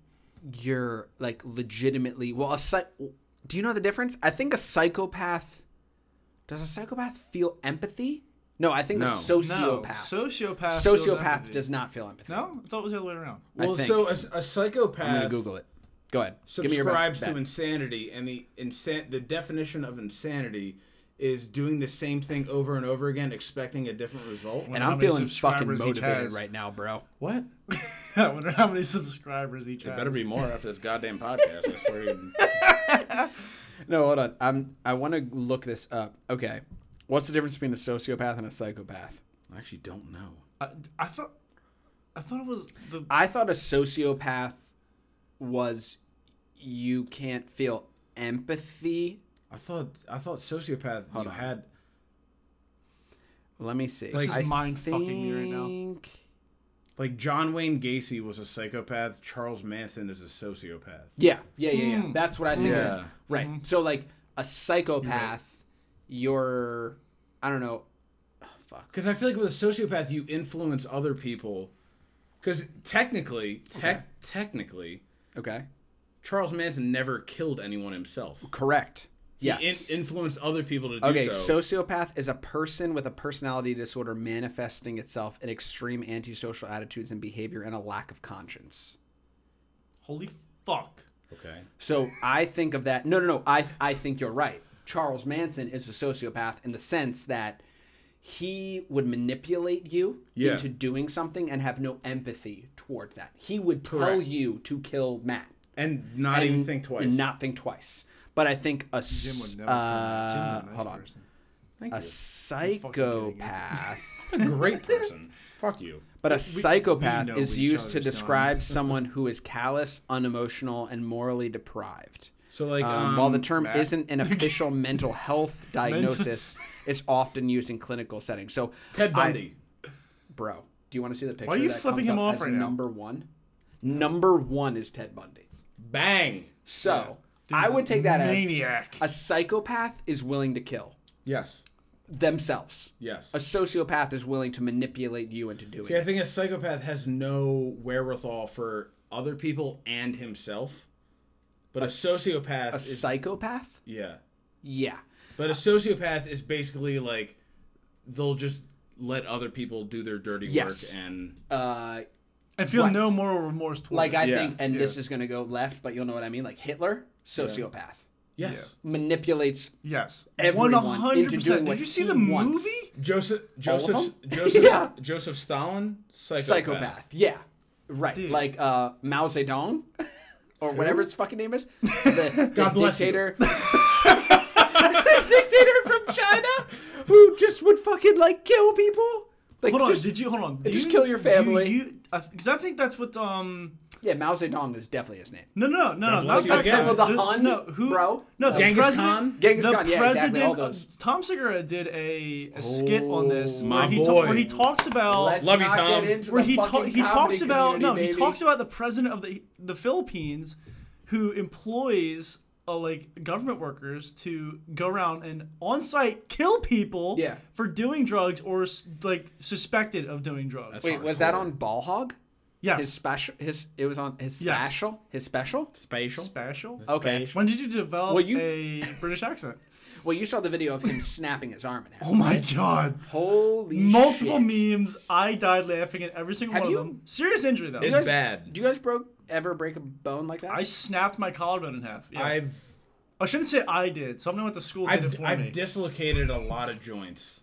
you're like legitimately well." A psych- do you know the difference? I think a psychopath does a psychopath feel empathy? No, I think a
No.
No,
sociopath.
sociopath. feels
sociopath
empathy.
does not feel empathy.
No, I thought it was the other way around.
Well,
think.
so a, a psychopath
I'm gonna Google it. Go ahead. Give me your
subscribes
best
to
bet.
insanity, and the insan- the definition of insanity is doing the same thing over and over again, expecting a different result.
And
how
I'm
many
feeling fucking
subscribers each
motivated
has.
right now, bro.
What?
I wonder how many subscribers each has.
more after this goddamn podcast. I swear. To
No, hold on. I'm. I want to look this up. Okay, what's the difference between a sociopath and a psychopath?
I actually don't know.
I, I thought, I thought it was the.
I thought a sociopath was you can't feel empathy.
I thought I thought sociopath you
on.
had.
Let me see.
Like,
I
mind fucking me right now.
think-
Like John Wayne Gacy was a psychopath. Charles Manson is a sociopath.
Yeah, yeah, yeah, yeah.
Mm.
That's what I think it is.
Hmm. Yeah.
Right.
Mm-hmm.
So like a psychopath, you're, I don't know. Oh, fuck.
Because I feel like with a sociopath, you influence other people. Because technically, tec- technically,
Okay.
Charles Manson never killed anyone himself.
Correct. Yes.
He in- influenced other people to do
Okay,
so.
sociopath is a person with a personality disorder manifesting itself in extreme antisocial attitudes and behavior and a lack of conscience.
Holy fuck!
Okay.
So I think of that. No, no, no. I I think you're right. Charles Manson is a sociopath in the sense that he would manipulate you
Yeah.
into doing something and have no empathy toward that. He would tell
Correct.
you to kill Matt.
And not
and-
even think twice.
And not think twice. But I think a s- uh, hold on.
Thank
A
you.
psychopath.
A great person. Fuck you.
But a psychopath
know
is
each
used to
other's
describe someone who is callous, unemotional, and morally deprived.
So like,
Um, while the
um,
term isn't an official mental health diagnosis, it's often used in clinical settings. So,
Ted
I-
Bundy.
bro, do you want to see the picture?
are you
that
flipping him
comes up
off
as
right now?
Number one, number one is Ted Bundy.
Bang.
So I would take that
maniac.
as a psychopath is willing to kill
Yes.
themselves.
Yes.
A sociopath is willing to manipulate you into doing.
See, I
it.
think a psychopath has no wherewithal for other people and himself, but a, sociopath
A
is
psychopath?
yeah.
Yeah.
But a sociopath is basically like they'll just let other people do their dirty
Yes.
work and
Uh,
I feel
Right.
no moral remorse toward
like I
Yeah.
think, and
Yeah.
this is gonna go left, but you'll know what I mean. Like Hitler, sociopath,
yes.
manipulates.
Yes.
Everyone into doing what
Did you see
he
the
wants.
movie?
Joseph Joseph
them?
Joseph
Yeah.
Joseph Stalin psychopath.
Psychopath. Yeah. Right.
Dude.
Like uh, Mao Zedong, or whatever his fucking name is. The, the
God bless you.
dictator. the dictator from China who just would fucking like kill people. Like
Hold on.
just,
did you hold on? Do
just
you-
kill your
do
family.
you because I think that's what um
yeah, Mao Zedong is definitely his name.
no no no no
God
not
bless you
that
again.
guy.
Well,
the
The-
Hun,
no who
bro.
no the
Genghis
president,
Khan?
Genghis
the
Khan, yeah,
president,
exactly, all those.
uh, Tom Segura did a, a skit on this
Oh,
my
where he, ta-
boy.
where he talks about
Let's
Love you,
not
Tom.
get into
where
the
he ta-
fucking
he
comedy
talks about no
community,
he
baby.
talks about the president of the the Philippines who employs uh, like government workers to go around and on site kill people
Yeah.
for doing drugs or s- like suspected of doing
That's-
drugs.
Wait, was that on Ball Hog?
yes.
His special. His it was on his
Yes.
special. His special.
Spatial.
special. Oh.
Okay.
Spatial.
When did you develop
Well, you-
a British accent?
Well, you saw the video of him snapping his arm in half.
Oh my god.
Holy
Multiple
shit.
memes. I died laughing at every single
Have
one
you-
of them. Serious injury though.
It's
You guys-
bad.
Do you guys broke ever break a bone like that?
I snapped my collarbone in half. Yeah. I,
I've
shouldn't say I did. Someone went to school did it
I've,
for me.
I've dislocated a lot of joints.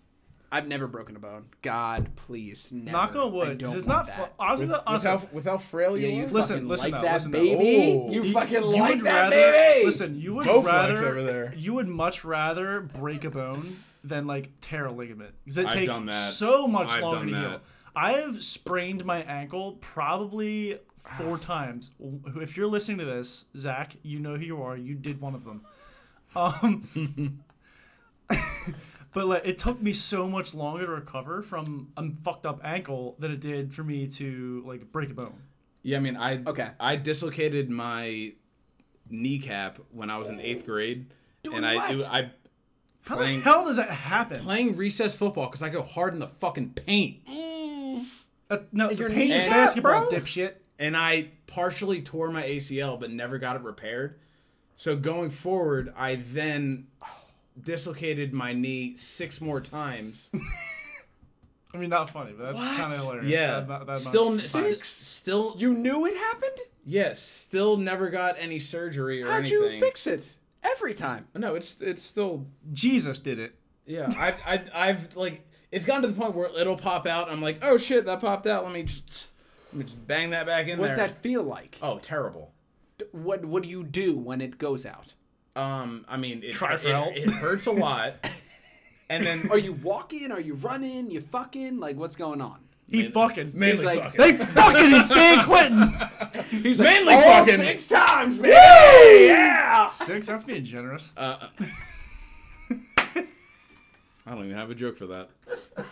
I've never broken a bone. God, please, never.
Knock on
I
wood.
don't
'cause It's
want
not.
that.
Fu- honestly, though, honestly,
Without without frail
Yeah,
you,
you
are?
Listen,
fucking
listen
like
though,
that,
listen though.
baby.
Oh.
You
you-
fucking
you
like
would
that,
rather-
baby.
Listen, you would
Bowflex
rather
over there.
you would much rather break a bone than like tear a ligament because it
I've
takes
done that.
so much
I've
longer
done
to heal.
that.
I have sprained my ankle probably four times. If you're listening to this, Zach, you know who you are. You did one of them. Um, but like, it took me so much longer to recover from a fucked up ankle than it did for me to like break a bone.
Yeah, I mean, I
Okay.
I dislocated my kneecap when I was in eighth grade,
Doing
and I
what?
I
How
Playing-
the hell does that happen?
playing recess football because I go hard in the fucking paint,
Uh, no,
Your
your pain is
kneecap,
basketball,
bro.
dipshit.
and I partially tore my ACL but never got it repaired. So going forward, I then dislocated my knee six more times.
I mean, not funny, but that's
What?
kind of hilarious.
Yeah,
That- that- that
still
must suck.
st- still
You knew it happened.
yes, still never got any surgery or
How'd
anything.
you fix it? Every time.
No, it's it's still
Jesus did it.
Yeah, I've, I've, I've like it's gotten to the point where it'll pop out. I'm like, oh shit, that popped out. Let me just, let me just bang that back in
What's
there.
that feel like?
Oh, terrible.
What What do you do when it goes out?
Um, I mean, it,
Try for
it,
help.
it hurts a lot. And then
Are you walking? Are you running? You fucking like what's going on?
He fucking.
mainly
like-
fucking.
They fucking in San Quentin.
He's
Manly
all
fucking-
six times, man. Yeah.
Six. That's being generous.
Uh, I don't even have a joke for that. but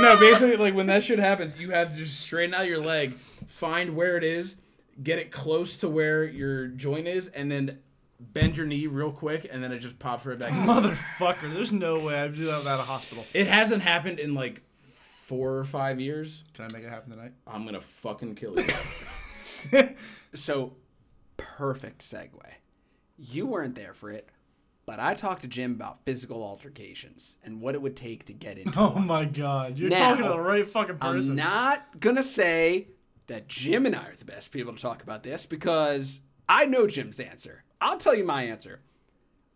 no, basically, like when that shit happens, you have to just straighten out your leg, find where it is, get it close to where your joint is, and then bend your knee real quick, and then it just pops right back. in.
Oh. Motherfucker. There's no way I'd do that without a hospital.
It hasn't happened in like four or five years.
Can I make it happen tonight?
I'm gonna fucking kill you.
So, perfect segue. You weren't there for it, but I talked to Jim about physical altercations and what it would take to get into.
Oh my god. You're
Now,
talking to the right fucking person.
I'm not gonna say that Jim and I are the best people to talk about this because I know Jim's answer. I'll tell you my answer.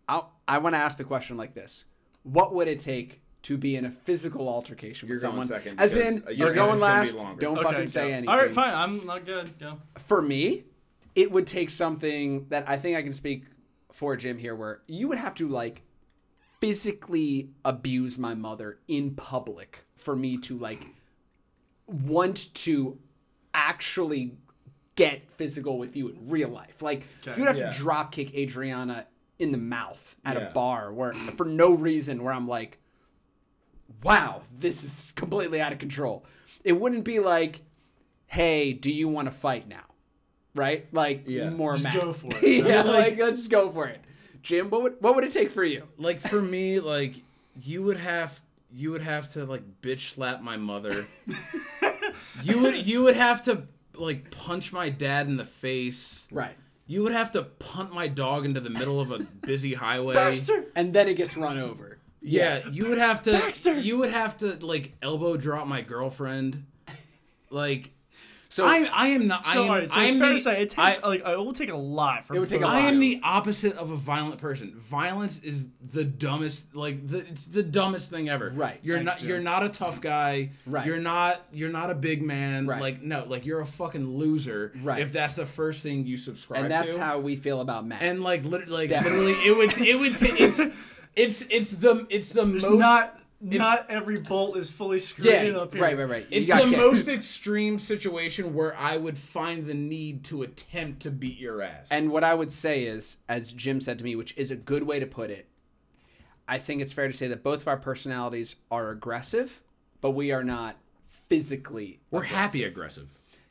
I'll, I want to ask the question like this: What would it take to be in a physical altercation with
You're going
someone?
second,
As
because
in,
your answer's
you're going
gonna be
last.
longer.
Don't
Okay,
fucking say
go.
anything.
All right, fine. I'm not good. Go.
for me, it would take something that I think I can speak for Jim here, where you would have to like physically abuse my mother in public for me to like want to actually get physical with you in real life. Like
Okay.
you'd have
Yeah.
to drop kick Adriana in the mouth at
Yeah.
a bar where for no reason where I'm like, wow, this is completely out of control. It wouldn't be like, hey, do you want to fight now? Right? Like
Yeah.
more
Just
mad.
go for it.
yeah,
I mean,
like,
like-
let's just go for it. Jim, what would what would it take for you?
like for me, like you would have you would have to like bitch slap my mother. you would you would have to like punch my dad in the face.
Right.
You would have to punt my dog into the middle of a busy highway.
Baxter.
and then it gets run over.
Yeah, you would have to.
Baxter!
You would have to like elbow drop my girlfriend. Like,
So
I I am not.
So,
I am,
all right, so
I
it's
am
fair
the,
to say it takes like it will take a lot for
It would take a
I
lot.
am the opposite of a violent person. Violence is the dumbest, like the, it's the dumbest thing ever.
Right.
You're
Thanks,
not.
Jim.
You're not a tough guy.
Right.
You're not. You're not a big man.
Right.
Like no. Like you're a fucking loser.
Right.
If that's the first thing you subscribe.
and that's
to.
how we feel about Matt.
And like literally, like
Definitely.
literally, it would. It would. T- it's. It's. It's the. It's the most.
not not every bolt is fully screwed
yeah,
in up here.
right, right, right. You
it's the
got kicked.
most extreme situation where I would find the need to attempt to beat your ass.
And what I would say is, as Jim said to me, which is a good way to put it, I think it's fair to say that both of our personalities are aggressive, but we are not physically.
we're
aggressive.
happy aggressive.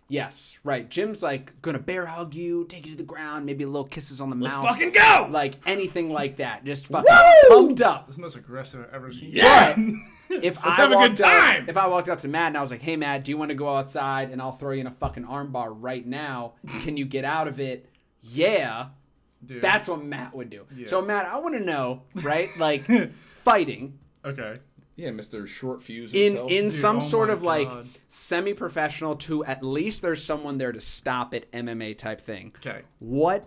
Yes, right. Jim's like gonna bear hug you, take you to the ground, maybe a little kisses on the mouth,
Fucking go!
like anything like that. Just fucking
Woo!
pumped up.
That's the most aggressive I've ever seen.
Yeah.
But if I
have a good
walked up-
time.
if I walked up to Matt and I was like, "Hey, Matt, do you want to go outside?" and I'll throw you in a fucking armbar right now. Can you get out of it? Yeah,
Dude.
that's what Matt would do.
Yeah.
So Matt, I want to know, right? Like fighting
okay.
Yeah, Mister Short Fuse.
in
himself.
in
Dude,
some
oh
sort
my
of like
God.
semi-professional to at least there's someone there to stop it MMA type thing.
Okay.
What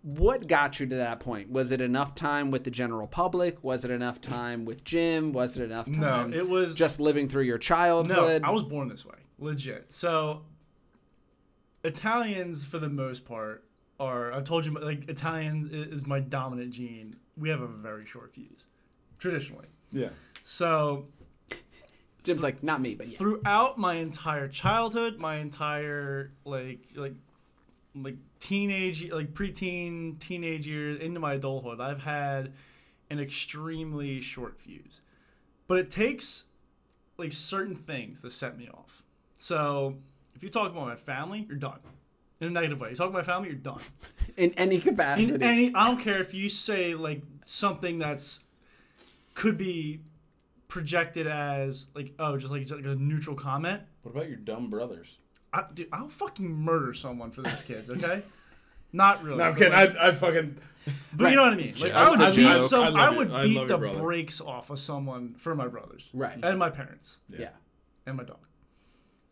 what got you to that point? Was it enough time with the general public? Was it enough time with Jim? Was it enough time?
it was-
just living through your
No,
childhood.
I was born this way, legit. So Italians, for the most part, are I've told you like Italian i- is my dominant gene. We have a very short fuse, traditionally.
yeah.
So
Jim's like not me, but yeah.
throughout my entire childhood, my entire like like like teenage like preteen teenage years into my adulthood, I've had an extremely short fuse. But it takes like certain things to set me off. So if you talk about my family, you're done. In a negative way. You talk about my family, you're done.
in any capacity.
In any, I don't care if you say like something that's could be projected as like oh just like, just like a neutral comment.
What about your dumb brothers?
I, dude, I'll fucking murder someone for those kids. Okay, not really.
No, I'm
but,
kidding.
like-
I, I fucking.
but you know what I mean. Like, I
Just
would
a
beat
joke.
some.
I
I,
love you.
would
I
beat
love
the
your brother.
brakes off of someone for my brothers
right.
and my parents
yeah.
and my dog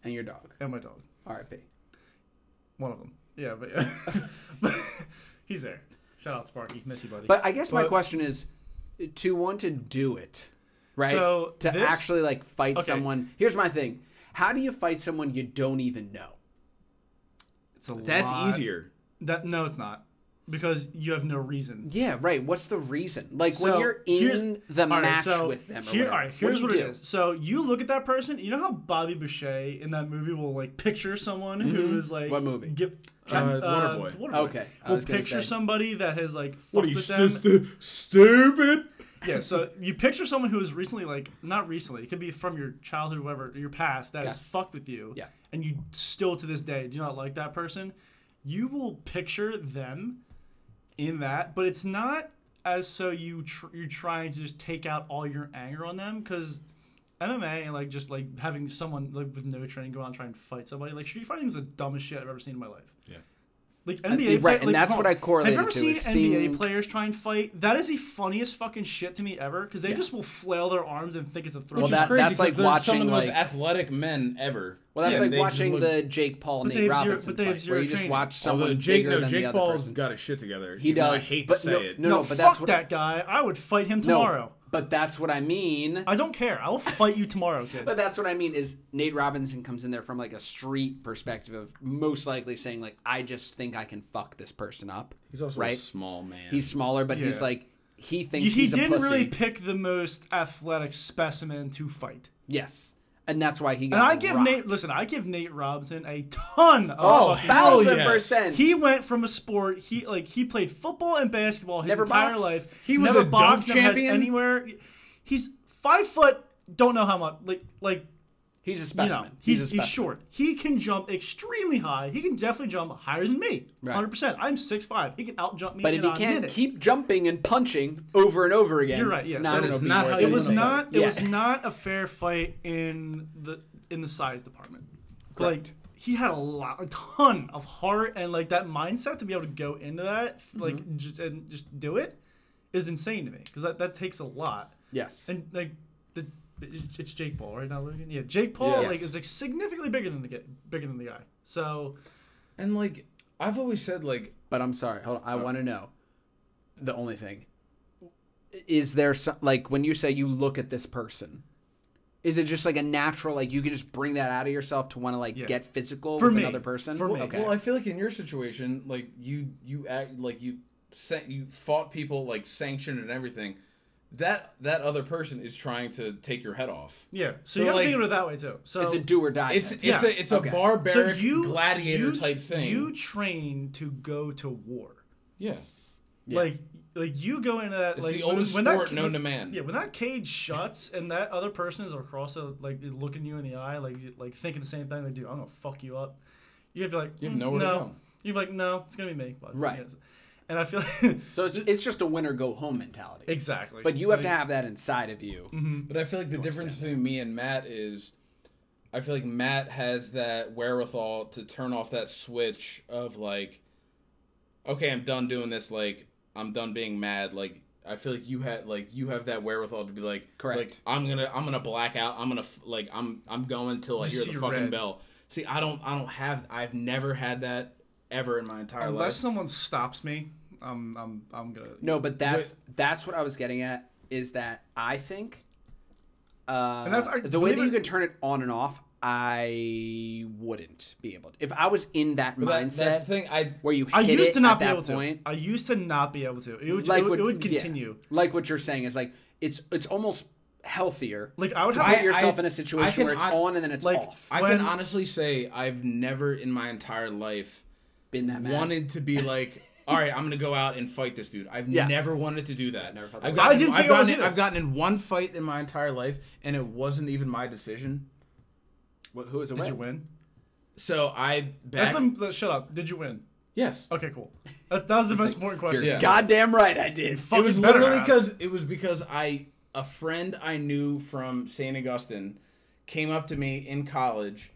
And your dog.
and my dog.
R.I.P.
One of them. Yeah, but yeah, but he's there. Shout out Sparky, miss you, buddy.
But I guess my
But-
question is to want to do it, right?
So
to
this-
actually like fight
Okay.
someone. Here's my thing. How do you fight someone you don't even know?
it's a
That's
lot.
easier.
That no, it's not, because you have no reason.
Yeah, right. What's the reason? Like when
So,
you're
here's-
in the
all right,
match
so
with them. Or
here, all
whatever,
right, here's
what
what,
do you
it
do?
is. So you look at that person. You know how Bobby Boucher in that movie will like picture someone who is like
Mm-hmm. What movie?
Give,
Uh, Waterboy.
Okay, I
Will
was gonna
picture
say.
somebody that has like fucked with them.
stu- stu- stupid?
yeah. So you picture someone who is recently like not recently. It could be from your childhood, whatever your past that has
Yeah.
fucked with you.
Yeah.
And you still to this day do not like that person. You will picture them in that, but it's not as so you tr- you're trying to just take out all your anger on them because MMA and like just like having someone like with no training go out and try and fight somebody like street fighting is the dumbest shit I've ever seen in my life.
Yeah.
Like NBA,
right,
play-
and
like,
that's
come
what
on.
I correlated
Have you ever
to,
seen
is
NBA
seeing-
players try and fight? That is the funniest fucking shit to me ever because they just will flail their arms and think it's a throw.
Well,
Which is
that-
crazy
that's
'cause they're
like
some of
watching,
the most
like-
athletic men ever.
Well, that's
Yeah, they
like
just
watching
look-
the Jake Paul
they
Nate
have zero-
Robinson
but they have
fight, where
zero
you just
training.
watch someone
Although Jake,
bigger
no,
than the
Jake
other
Paul's
person.
got his shit together.
He
even though
does,
I hate
but
to say
no-
it.
no,
no,
but
fuck
that's what-
that guy. I would fight him
No,
tomorrow.
but that's what I mean.
I don't care. I will fight you tomorrow, kid.
But that's what I mean is Nate Robinson comes in there from like a street perspective of most likely saying like I just think I can fuck this person up.
He's also a
right.
small man.
He's smaller, but he's
Yeah.
like he
he,
thinks
he
he's a
didn't
pussy.
really pick the most athletic specimen to fight.
yes, and that's why he. Got
And I give
rocked.
Nate, listen, I give Nate Robinson a ton of.
Oh,
fucking-
thousand
yes.
percent.
He went from a sport he like he played football and basketball his
Never
entire
boxed?
life.
He was
never
a dunk
boxed, never had
champion?
anywhere. He's five foot. Don't know how much. Like like
he's a
you
specimen.
know
he's,
he's
a
he's,
specimen.
short. He can jump extremely high. He can definitely jump higher than me.
Right.
Hundred percent. I'm six five. He can out jump me.
But if
in
he
a
can't
minute.
keep jumping and punching over and over again,
You're right,
It's
yeah.
not
That
gonna
is
be
not
worth
how
it.
you
it was
wanna
not. It
Yeah.
was not a fair fight in the in the size department. Like he had a lot, a ton of heart and like that mindset to be able to go into that,
Mm-hmm.
like just and just do it, is insane to me because that, that takes a lot.
Yes.
And like the it's Jake Paul right now, Logan. Yeah, Jake Paul
Yeah.
like
Yes.
is like significantly bigger than the guy, bigger than the guy. So
And like I've always said, like
But I'm sorry. Hold on.
Oh.
I want to know. The only thing is there some, like when you say you look at this person, is it just like a natural like you can just bring that out of yourself to want to like
Yeah.
get physical
For
with
me.
another person?
For me.
Okay.
well, I feel like in your situation, like you you act like you sent you fought people like sanctioned and everything. That that other person is trying to take your head off.
yeah, so,
So,
you gotta
like,
think about it that way too. So
it's a do or die.
It's
type.
it's
Yeah.
a it's a
Okay. So
barbaric
you-
gladiator
you tr-
type thing.
You train to go to war.
yeah,
Like like you go into that
it's
like
the
when-
oldest
when that
sport
ca-
known to man.
Yeah, when that cage shuts and that other person is across the like is looking you in the eye, like you- like thinking the same thing, like dude, I'm gonna fuck you up. You have to be like
You have
"Mm,
nowhere to
no.
go.
You're like no, it's gonna be me. But,
Right.
yes. And I feel like,
so it's, it's just a win or go home mentality.
exactly.
but you have to
Like, Mm-hmm.
have that inside of you.
But I feel like the difference between me and Matt is I feel like Matt has that wherewithal to turn off that switch of like okay, I'm done doing this like I'm done being mad like I feel like you had like you have that wherewithal to be like
Correct.
like I'm going to I'm going to black out. I'm going to like I'm I'm going till I
Just
hear
see
the
red.
fucking bell. See, I don't I don't have I've never had that ever in my entire
unless
life.
someone stops me, I'm I'm I'm gonna
No, but that's that's what I was getting at is that I think uh,
And that's- I
the way that
believe
you
it-
can turn it on and off. I wouldn't be able to if I was in that
But that-
mindset.
that's the thing I
where you hit
I used
it
to not
at
be
that
able
point.
to. I used to not be able to. It would it, would,
what-
it would
yeah.
continue.
like what you're saying is like it's it's almost healthier.
Like I would
to
have
put
I-
yourself
I-
in a
I
situation
can-
where it's
I-
on and then it's
like-
off.
I
when-
can honestly say I've never in my entire life
Been that mad.
wanted to be like, all right, I'm gonna go out and fight this dude. I've
Yeah.
never wanted to do that.
never felt that
I've
way.
gotten,
I didn't
I've
think I was
gotten in-
either.
I've gotten in one fight in my entire life, and it wasn't even my decision.
Wh- who was it?
Did
with?
you win?
So I back.
That's the, shut up. Did you win?
yes,
Okay, cool. That, that was the most important question.
yeah.
Goddamn right, I did.
it
Fucking
was
better
literally
have.
because it was because I a friend I knew from St. Augustine came up to me in college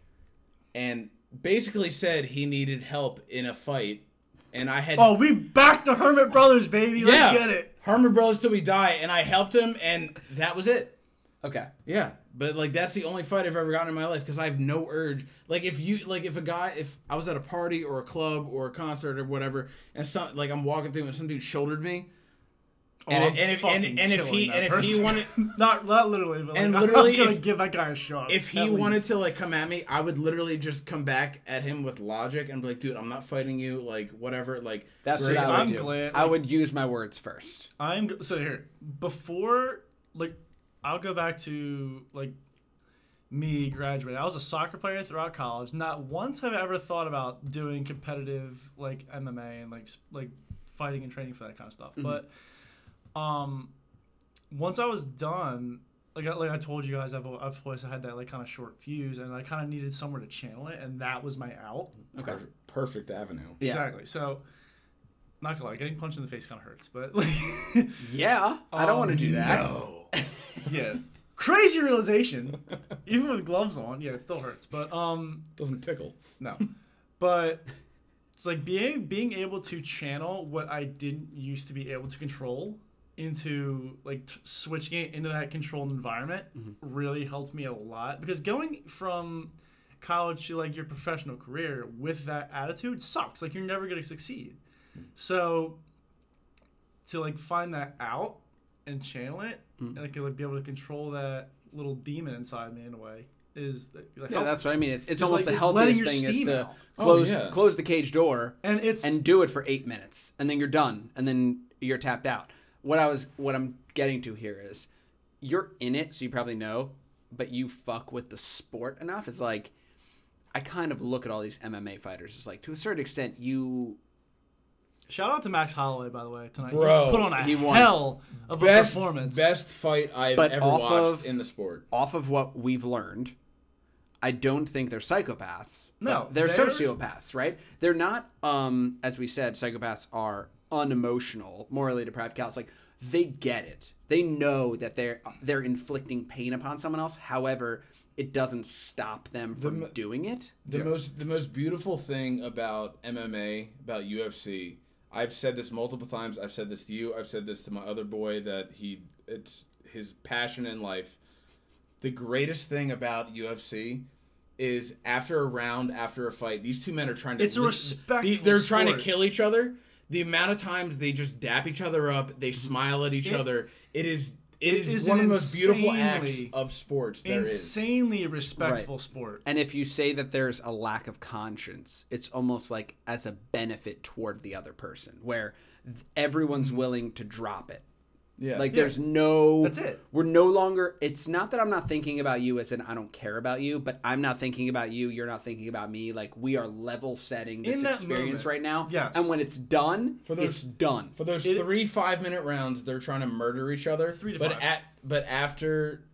and basically said he needed help in a fight, and I had
Oh, we back to Hermit Brothers, baby. Let's get it.
Herman Brothers till we die, and I helped him, and that was it.
Okay.
Yeah, but like that's the only fight I've ever gotten in my life because I have no urge. Like if you like if a guy if I was at a party or a club or a concert or whatever, and some like I'm walking through and some dude shouldered me, and,
Oh,
if-
I'm
and if
fucking
and, and if
killing
he
that
and if he
person.
wanted
not not literally, but like,
And
I'm
literally,
gonna
if-
give that guy a shot.
if he
at least.
wanted to like come at me, I would literally just come back at him with logic and be like, dude, I'm not fighting you, like whatever, like
That's
we're-
what I would
I'm
do.
glad,
I
like-
would use my words first.
I'm g- so here before like I'll go back to like me graduating. I was a soccer player throughout college. Not once have I ever thought about doing competitive like MMA and like s- like fighting and training for that kind of stuff. But um, once I was done. Like I, like I told you guys, I've, al- I've always had that like kind of short fuse, and I kind of needed somewhere to channel it, and that was my out.
Okay.
perfect, perfect avenue.
Yeah.
Exactly. So, not gonna lie, getting punched in the face kind of hurts, but like,
Yeah. I don't
Um,
want to do that.
No.
yeah, crazy realization. Even with gloves on, yeah, it still hurts. But um,
Doesn't tickle.
no, but it's like being being able to channel what I didn't used to be able to control into like t- switching it into that controlled environment
Mm-hmm.
really helped me a lot because going from college to like your professional career with that attitude sucks like you're never going to succeed so to like find that out and channel it
Mm.
and like, like be able to control that little demon inside me in a way is like,
Yeah, that's what I mean. It's, it's
Just
almost
like
the
it's letting
healthiest
your
thing is
steam
to
out.
Oh,
close
yeah.
close the cage door
and it's
and do it for eight minutes and then you're done and then you're tapped out what i was what i'm getting to here is you're in it so you probably know but you fuck with the sport enough it's like i kind of look at all these mma fighters it's like to a certain extent you
Shout out to Max Holloway, by the way, tonight.
Bro,
he put on a
he won.
hell of
Best
a performance.
best fight I've
But
ever
off
watched
of-
in the sport.
off of what we've learned i don't think they're psychopaths
No,
but they're,
they're-
sociopaths right they're not um as we said psychopaths are unemotional morally deprived cows like they get it they know that they're they're inflicting pain upon someone else however it doesn't stop them from
mo-
doing it.
The most the most beautiful thing about MMA, about UFC, I've said this multiple times. I've said this to you. I've said this to my other boy that he it's his passion in life. The greatest thing about UFC is after a round, after a fight, these two men are trying to
It's a
lit-
respectful
the- They're trying to
sport.
kill each other. The amount of times they just dap each other up, they smile at each other. It is it,
Mm-hmm. it
it is,
is
one
an
of the most beautiful acts
insanely-
of sports there is.
Insanely respectful sport.
And if you say that there's a lack of conscience, it's almost like as a benefit toward the other person, where th-
Mm-hmm.
everyone's willing to drop it.
Yeah.
Like there's no
That's it.
We're no longer it's not that I'm not thinking about you as in I don't care about you, but I'm not thinking about you, you're not thinking about me. Like we are level setting this
In that
experience
moment,
right now.
yes.
And when it's done,
those-
it's done.
For those three five minute rounds, they're trying to murder each other. Three
to
but
five.
At, but after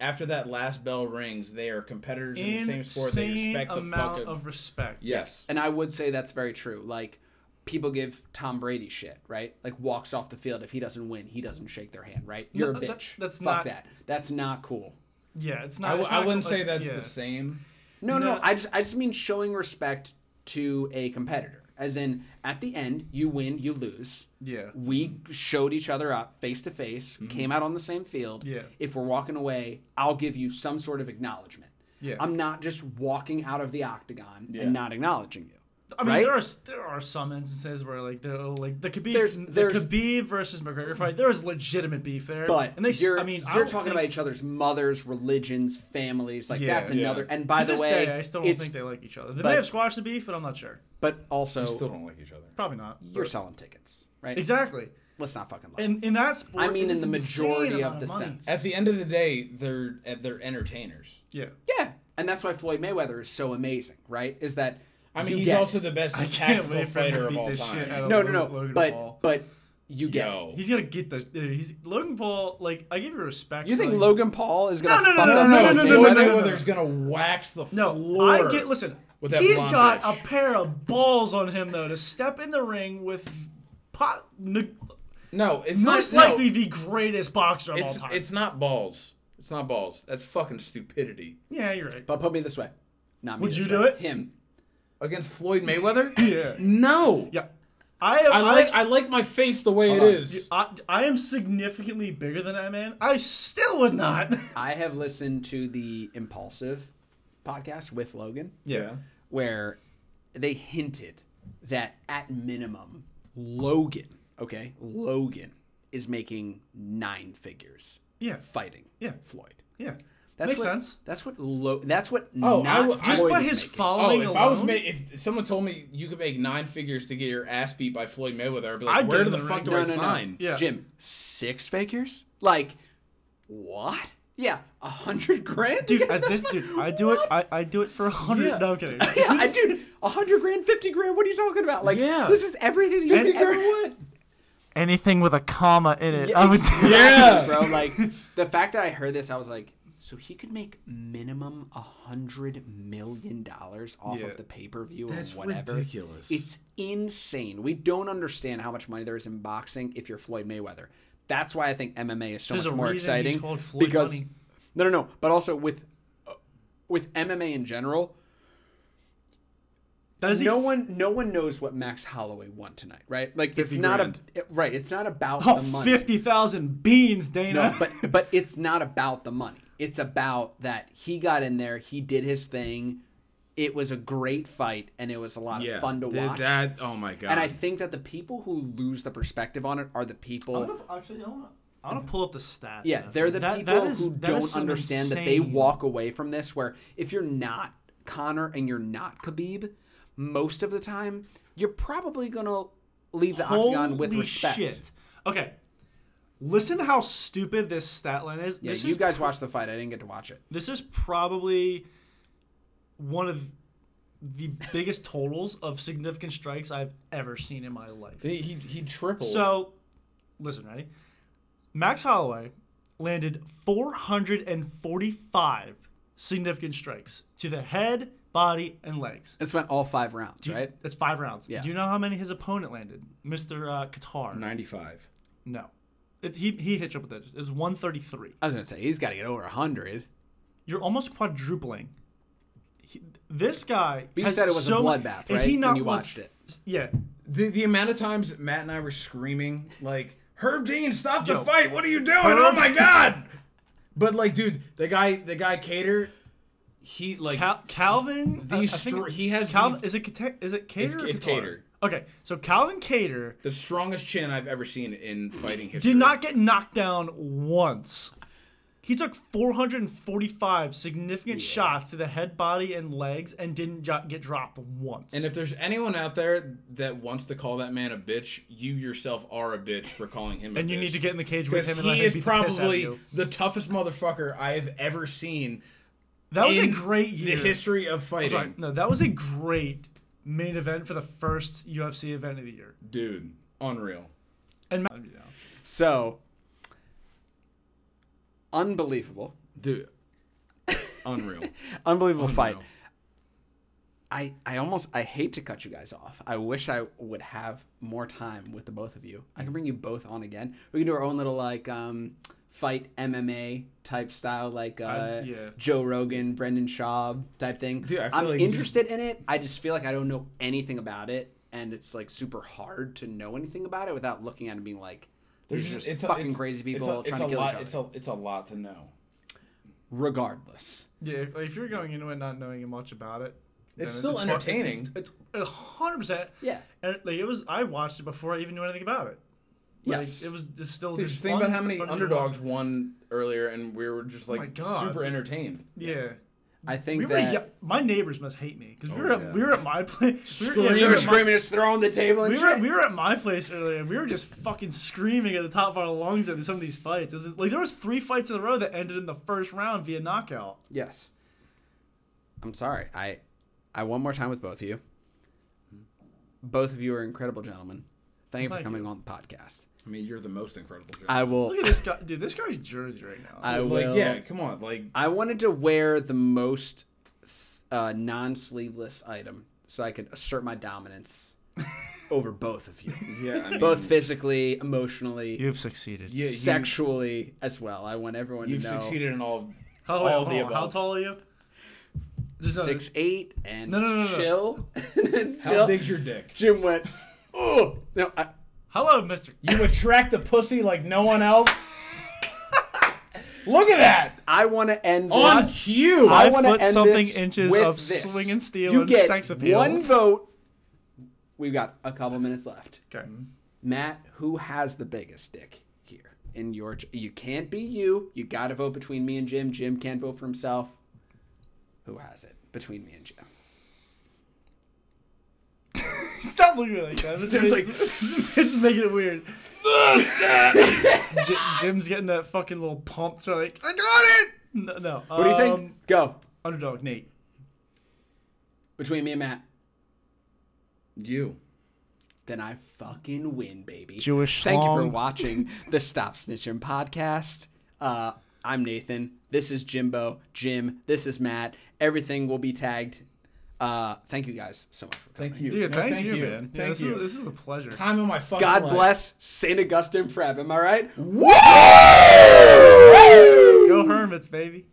after that last bell rings, they are competitors in, the same sport. They
Insane
respect the
amount
fuck
of respect.
yes.
And I would say that's very true. Like people give Tom Brady shit, right? Like walks off the field if he doesn't win, he doesn't shake their hand, right? You're a bitch.
that- that's
Fuck
not-
that. That's not cool.
Yeah, it's
I,
not.
w-
it's
I
not
wouldn't
like-
say that's
yeah.
the same.
No, no,
No.
I just I just mean showing respect to a competitor. As in, at the end, you win, you lose.
Yeah.
We showed each other up face to face, came out on the same field.
Mm-hmm. Yeah.
If we're walking away, I'll give you some sort of acknowledgement.
Yeah.
I'm not just walking out of the octagon
Yeah.
and not acknowledging you.
I mean,
right?
there are there are some instances where like there like the Khabib
There's- there's-
the Khabib versus McGregor fight. There is legitimate beef there,
But
and they
you're,
I mean I
you're
don't
talking
think-
about each other's mothers, religions, families. Like
Yeah,
that's
yeah.
another. And by
to
the
this
way,
day, I still don't
it's-
think they like each other. They
but-
may have squashed the beef, but I'm not sure.
but also,
Still don't like each other.
Probably not.
you're
but-
selling tickets, right?
exactly.
Let's not fucking lie.
In in that sport,
I
it
mean, in
is
the
an insane
majority
amount
of the
money.
sense.
At the end of the day, they're they're entertainers.
Yeah,
Yeah, and that's why Floyd Mayweather is so amazing, right? Is that
I mean,
you
he's
get
also
it.
the best
I can't
tactical
wait for him
fighter
to
of
beat
all
the shit out
time.
of
no, no, no,
Logan
but
Paul.
but you get. it.
Yo.
he's gonna get the. dude, He's Logan Paul. Like I give you respect.
You
for,
think
like,
Logan Paul is gonna
No, no,
fuck
No,
up
no, no,
Floyd
no, no,
no, no,
Mayweather?
no.
Mayweather's gonna wax the
No,
floor.
I get. Listen,
with that
he's
blonde
got
bitch.
a pair of balls on him though to step in the ring with, pot, n-
No, it's not
most
no,
likely the greatest boxer of all
It's
time.
it's not balls. It's not balls. That's fucking stupidity.
yeah, you're right.
But put me this way, not me.
Would
this
you
way.
do it?
Him.
Against Floyd Mayweather?
Yeah.
No.
yeah, I have.
I like I like my face the way it
on.
is.
I, I am significantly bigger than that man. I still would not.
I have listened to the Impulsive podcast with Logan,
Yeah.
where they hinted that at minimum, Logan, okay, Logan is making nine figures
Yeah.
fighting
Yeah.
Floyd.
Yeah.
That's
Makes
what,
sense.
That's what low. That's what.
Oh,
not
I w-
Floyd
just by
But
is
his
making.
Oh,
following
if
alone,
I was ma- if someone told me you could make nine figures to get your ass beat by Floyd Mayweather, I'd be like,
I'd
where
get
the,
in the
fuck
ring.
do
No,
I
no, no.
sign?
Yeah.
Jim, six figures? Like, what? Yeah, a hundred grand,
dude, I, this, dude, I do it. I, I do it for a hundred.
Yeah.
No I'm kidding.
yeah, I, dude, a hundred grand, fifty grand. What are you talking about? Like,
Yeah.
this is everything you could
grand.
ever want.
Anything with a comma in it, I would.
Exactly,
Yeah.
bro. Like, the fact that I heard this, I was like, so he could make minimum a hundred million dollars off
Yeah.
of the pay per view or
That's
whatever.
ridiculous.
It's insane. We don't understand how much money there is in boxing if you're Floyd Mayweather. That's why I think MMA is so
There's
much
a
more
reason he's
exciting
called Floyd
because
Money.
no, no, no. But also with uh, with MMA in general,
That is the
no one no one knows what Max Holloway won tonight, right? Like it's
50
not a,
grand.
it- right. It's not about
Oh,
the money.
50,000 beans, Dana.
No, but but it's not about the money. It's about that he got in there, he did his thing. It was a great fight, and it was a lot of fun to
Th-
watch.
That oh my god.
and I think that the people who lose the perspective on it are the people.
actually, I want to. I want to pull up the stats.
Yeah, they're the people who don't understand that they walk away from this. Where if you're not Connor and you're not Khabib, most of the time you're probably gonna leave the octagon with respect.
Okay, listen to how stupid this stat line is.
Yeah,
this
you
is
guys watched the fight. I didn't get to watch it.
This is probably one of the biggest totals of significant strikes I've ever seen in my life.
he he, he tripled.
So, listen, ready? Max Holloway landed 445 significant strikes to the head, body, and legs.
It spent all five rounds,
Do you-
right?
That's five rounds.
Yeah.
Do you know how many his opponent landed? Mr. Uh, Qatar.
ninety five.
No. It, he, he hit triple digits. It was 133.
I was gonna say he's got to get over hundred.
you're almost quadrupling. He, this guy.
But you
has
said it was
so-
a bloodbath,
and
right?
He not
when you
once-
watched it.
Yeah,
The the amount of times Matt and I were screaming like, "Herb Dean, stop the
Yo.
fight! What are you doing?
Herb-
Oh my god!" But like, dude, the guy, the guy Cater, he like
Cal- Calvin. I-
these
I think
str- he has
Calvin
these-
is it Cata- is it Cater? or
it's
Qatar?
Cater.
Okay, so Calvin Cater
the strongest chin I've ever seen in fighting history.
did not get knocked down once. He took 445 significant shots to the head, body, and legs, and didn't jo- get dropped once.
And if there's anyone out there that wants to call that man a bitch, you yourself are a bitch for calling him. A
and you
bitch.
need to get in the cage with
Because
him. And let
he
him
is
beat the piss out of
probably
you.
the toughest motherfucker I have ever seen
that was a
in
great
in the
year.
history of fighting,
Sorry, no, that was a great main event for the first UFC event of the year.
dude. Unreal.
And
So unbelievable,
Dude, unreal.
unbelievable
Oh,
fight. I I almost I hate to cut you guys off. I wish I would have more time with the both of you. I can bring you both on again. We can do our own little like um fight MMA type style like uh
yeah.
Joe Rogan, Brendan Schaub type thing.
Dude, I feel
I'm
like you just-
interested in it. I just feel like I don't know anything about it and it's like super hard to know anything about it without looking at it and being like there's just
a-
fucking
it's-
crazy
it's
people
a- it's
trying
a
to kill
lot,
each other.
It's a, it's a lot to know.
Regardless.
Yeah, like, if you're going into it not knowing much about it, then
It's still
hard-
entertaining.
It's it's hundred percent.
Yeah.
and like it was. I watched it before I even knew anything about it. Like,
Yes.
it was just still.
Dude,
just
think
fun-
about how many
fun to
underdogs won earlier, and we were just
Oh
my
like
God.
super entertained.
watch. Yeah.
I think
We were,
that
yeah, my neighbors must hate me because we
Oh,
were at,
yeah.
we were at my place. We were, yeah, we
Screaming,
were, at my-
screaming, just throwing the table. And
we were we were at my place earlier. and We were just fucking screaming at the top of our lungs at some of these fights. It was, like there was three fights in a row that ended in the first round via knockout.
Yes. I'm sorry. I I one more time with both of you. Both of you are incredible gentlemen. Thank you for
Thank
coming on the podcast.
I mean, you're the most incredible. Guy.
I will
Look at this guy, dude. This guy's jersey right now.
I
like,
will
yeah, come on, like
I wanted to wear the most uh, non-sleeveless item so I could assert my dominance over both of you.
yeah, I mean,
both physically, emotionally,
You've succeeded.
yeah, you,
sexually as well. I want everyone to
You've
know
succeeded in all.
How,
All
wait,
the
hold on, How
above.
tall are you? Just another-
six eight and
No, no, no, no.
chill. It's
How
chill.
big's your dick?
Jim went, oh no! I,
Hello, Mister.
You attract the pussy like no one else. Look at that
I want to end this.
on cue.
I
Five
want to
foot
end
something
this
inches
with
of
this.
swing and steal
you
and
get
sex appeal.
One vote. We've got a couple minutes left.
Okay.
Matt, who has the biggest dick here in your? You can't be you. You got to vote between me and Jim. Jim can't vote for himself. Who has it between me and Jim?
Stop looking at me like that. It's,
Jim's
making- it's making it weird. J- Jim's getting that fucking little pump. So like, I got it. No. no.
What do you think?
Um,
Go
Underdog Nate.
between me and Matt.
You.
Then I fucking win, baby.
Jewish
Thank you for
schlong.
watching the Stop Snitching podcast. Uh, I'm Nathan. This is Jimbo. Jim. This is Matt. Everything will be tagged. Uh, thank you guys so much. For coming.
Thank you.
Dude,
No,
thank, you, man. Yeah,
Thank
this,
you.
Is, this is a pleasure.
Time of my fucking
God
life.
bless St. Augustine Prep. Am I right?
Go Hermits, baby.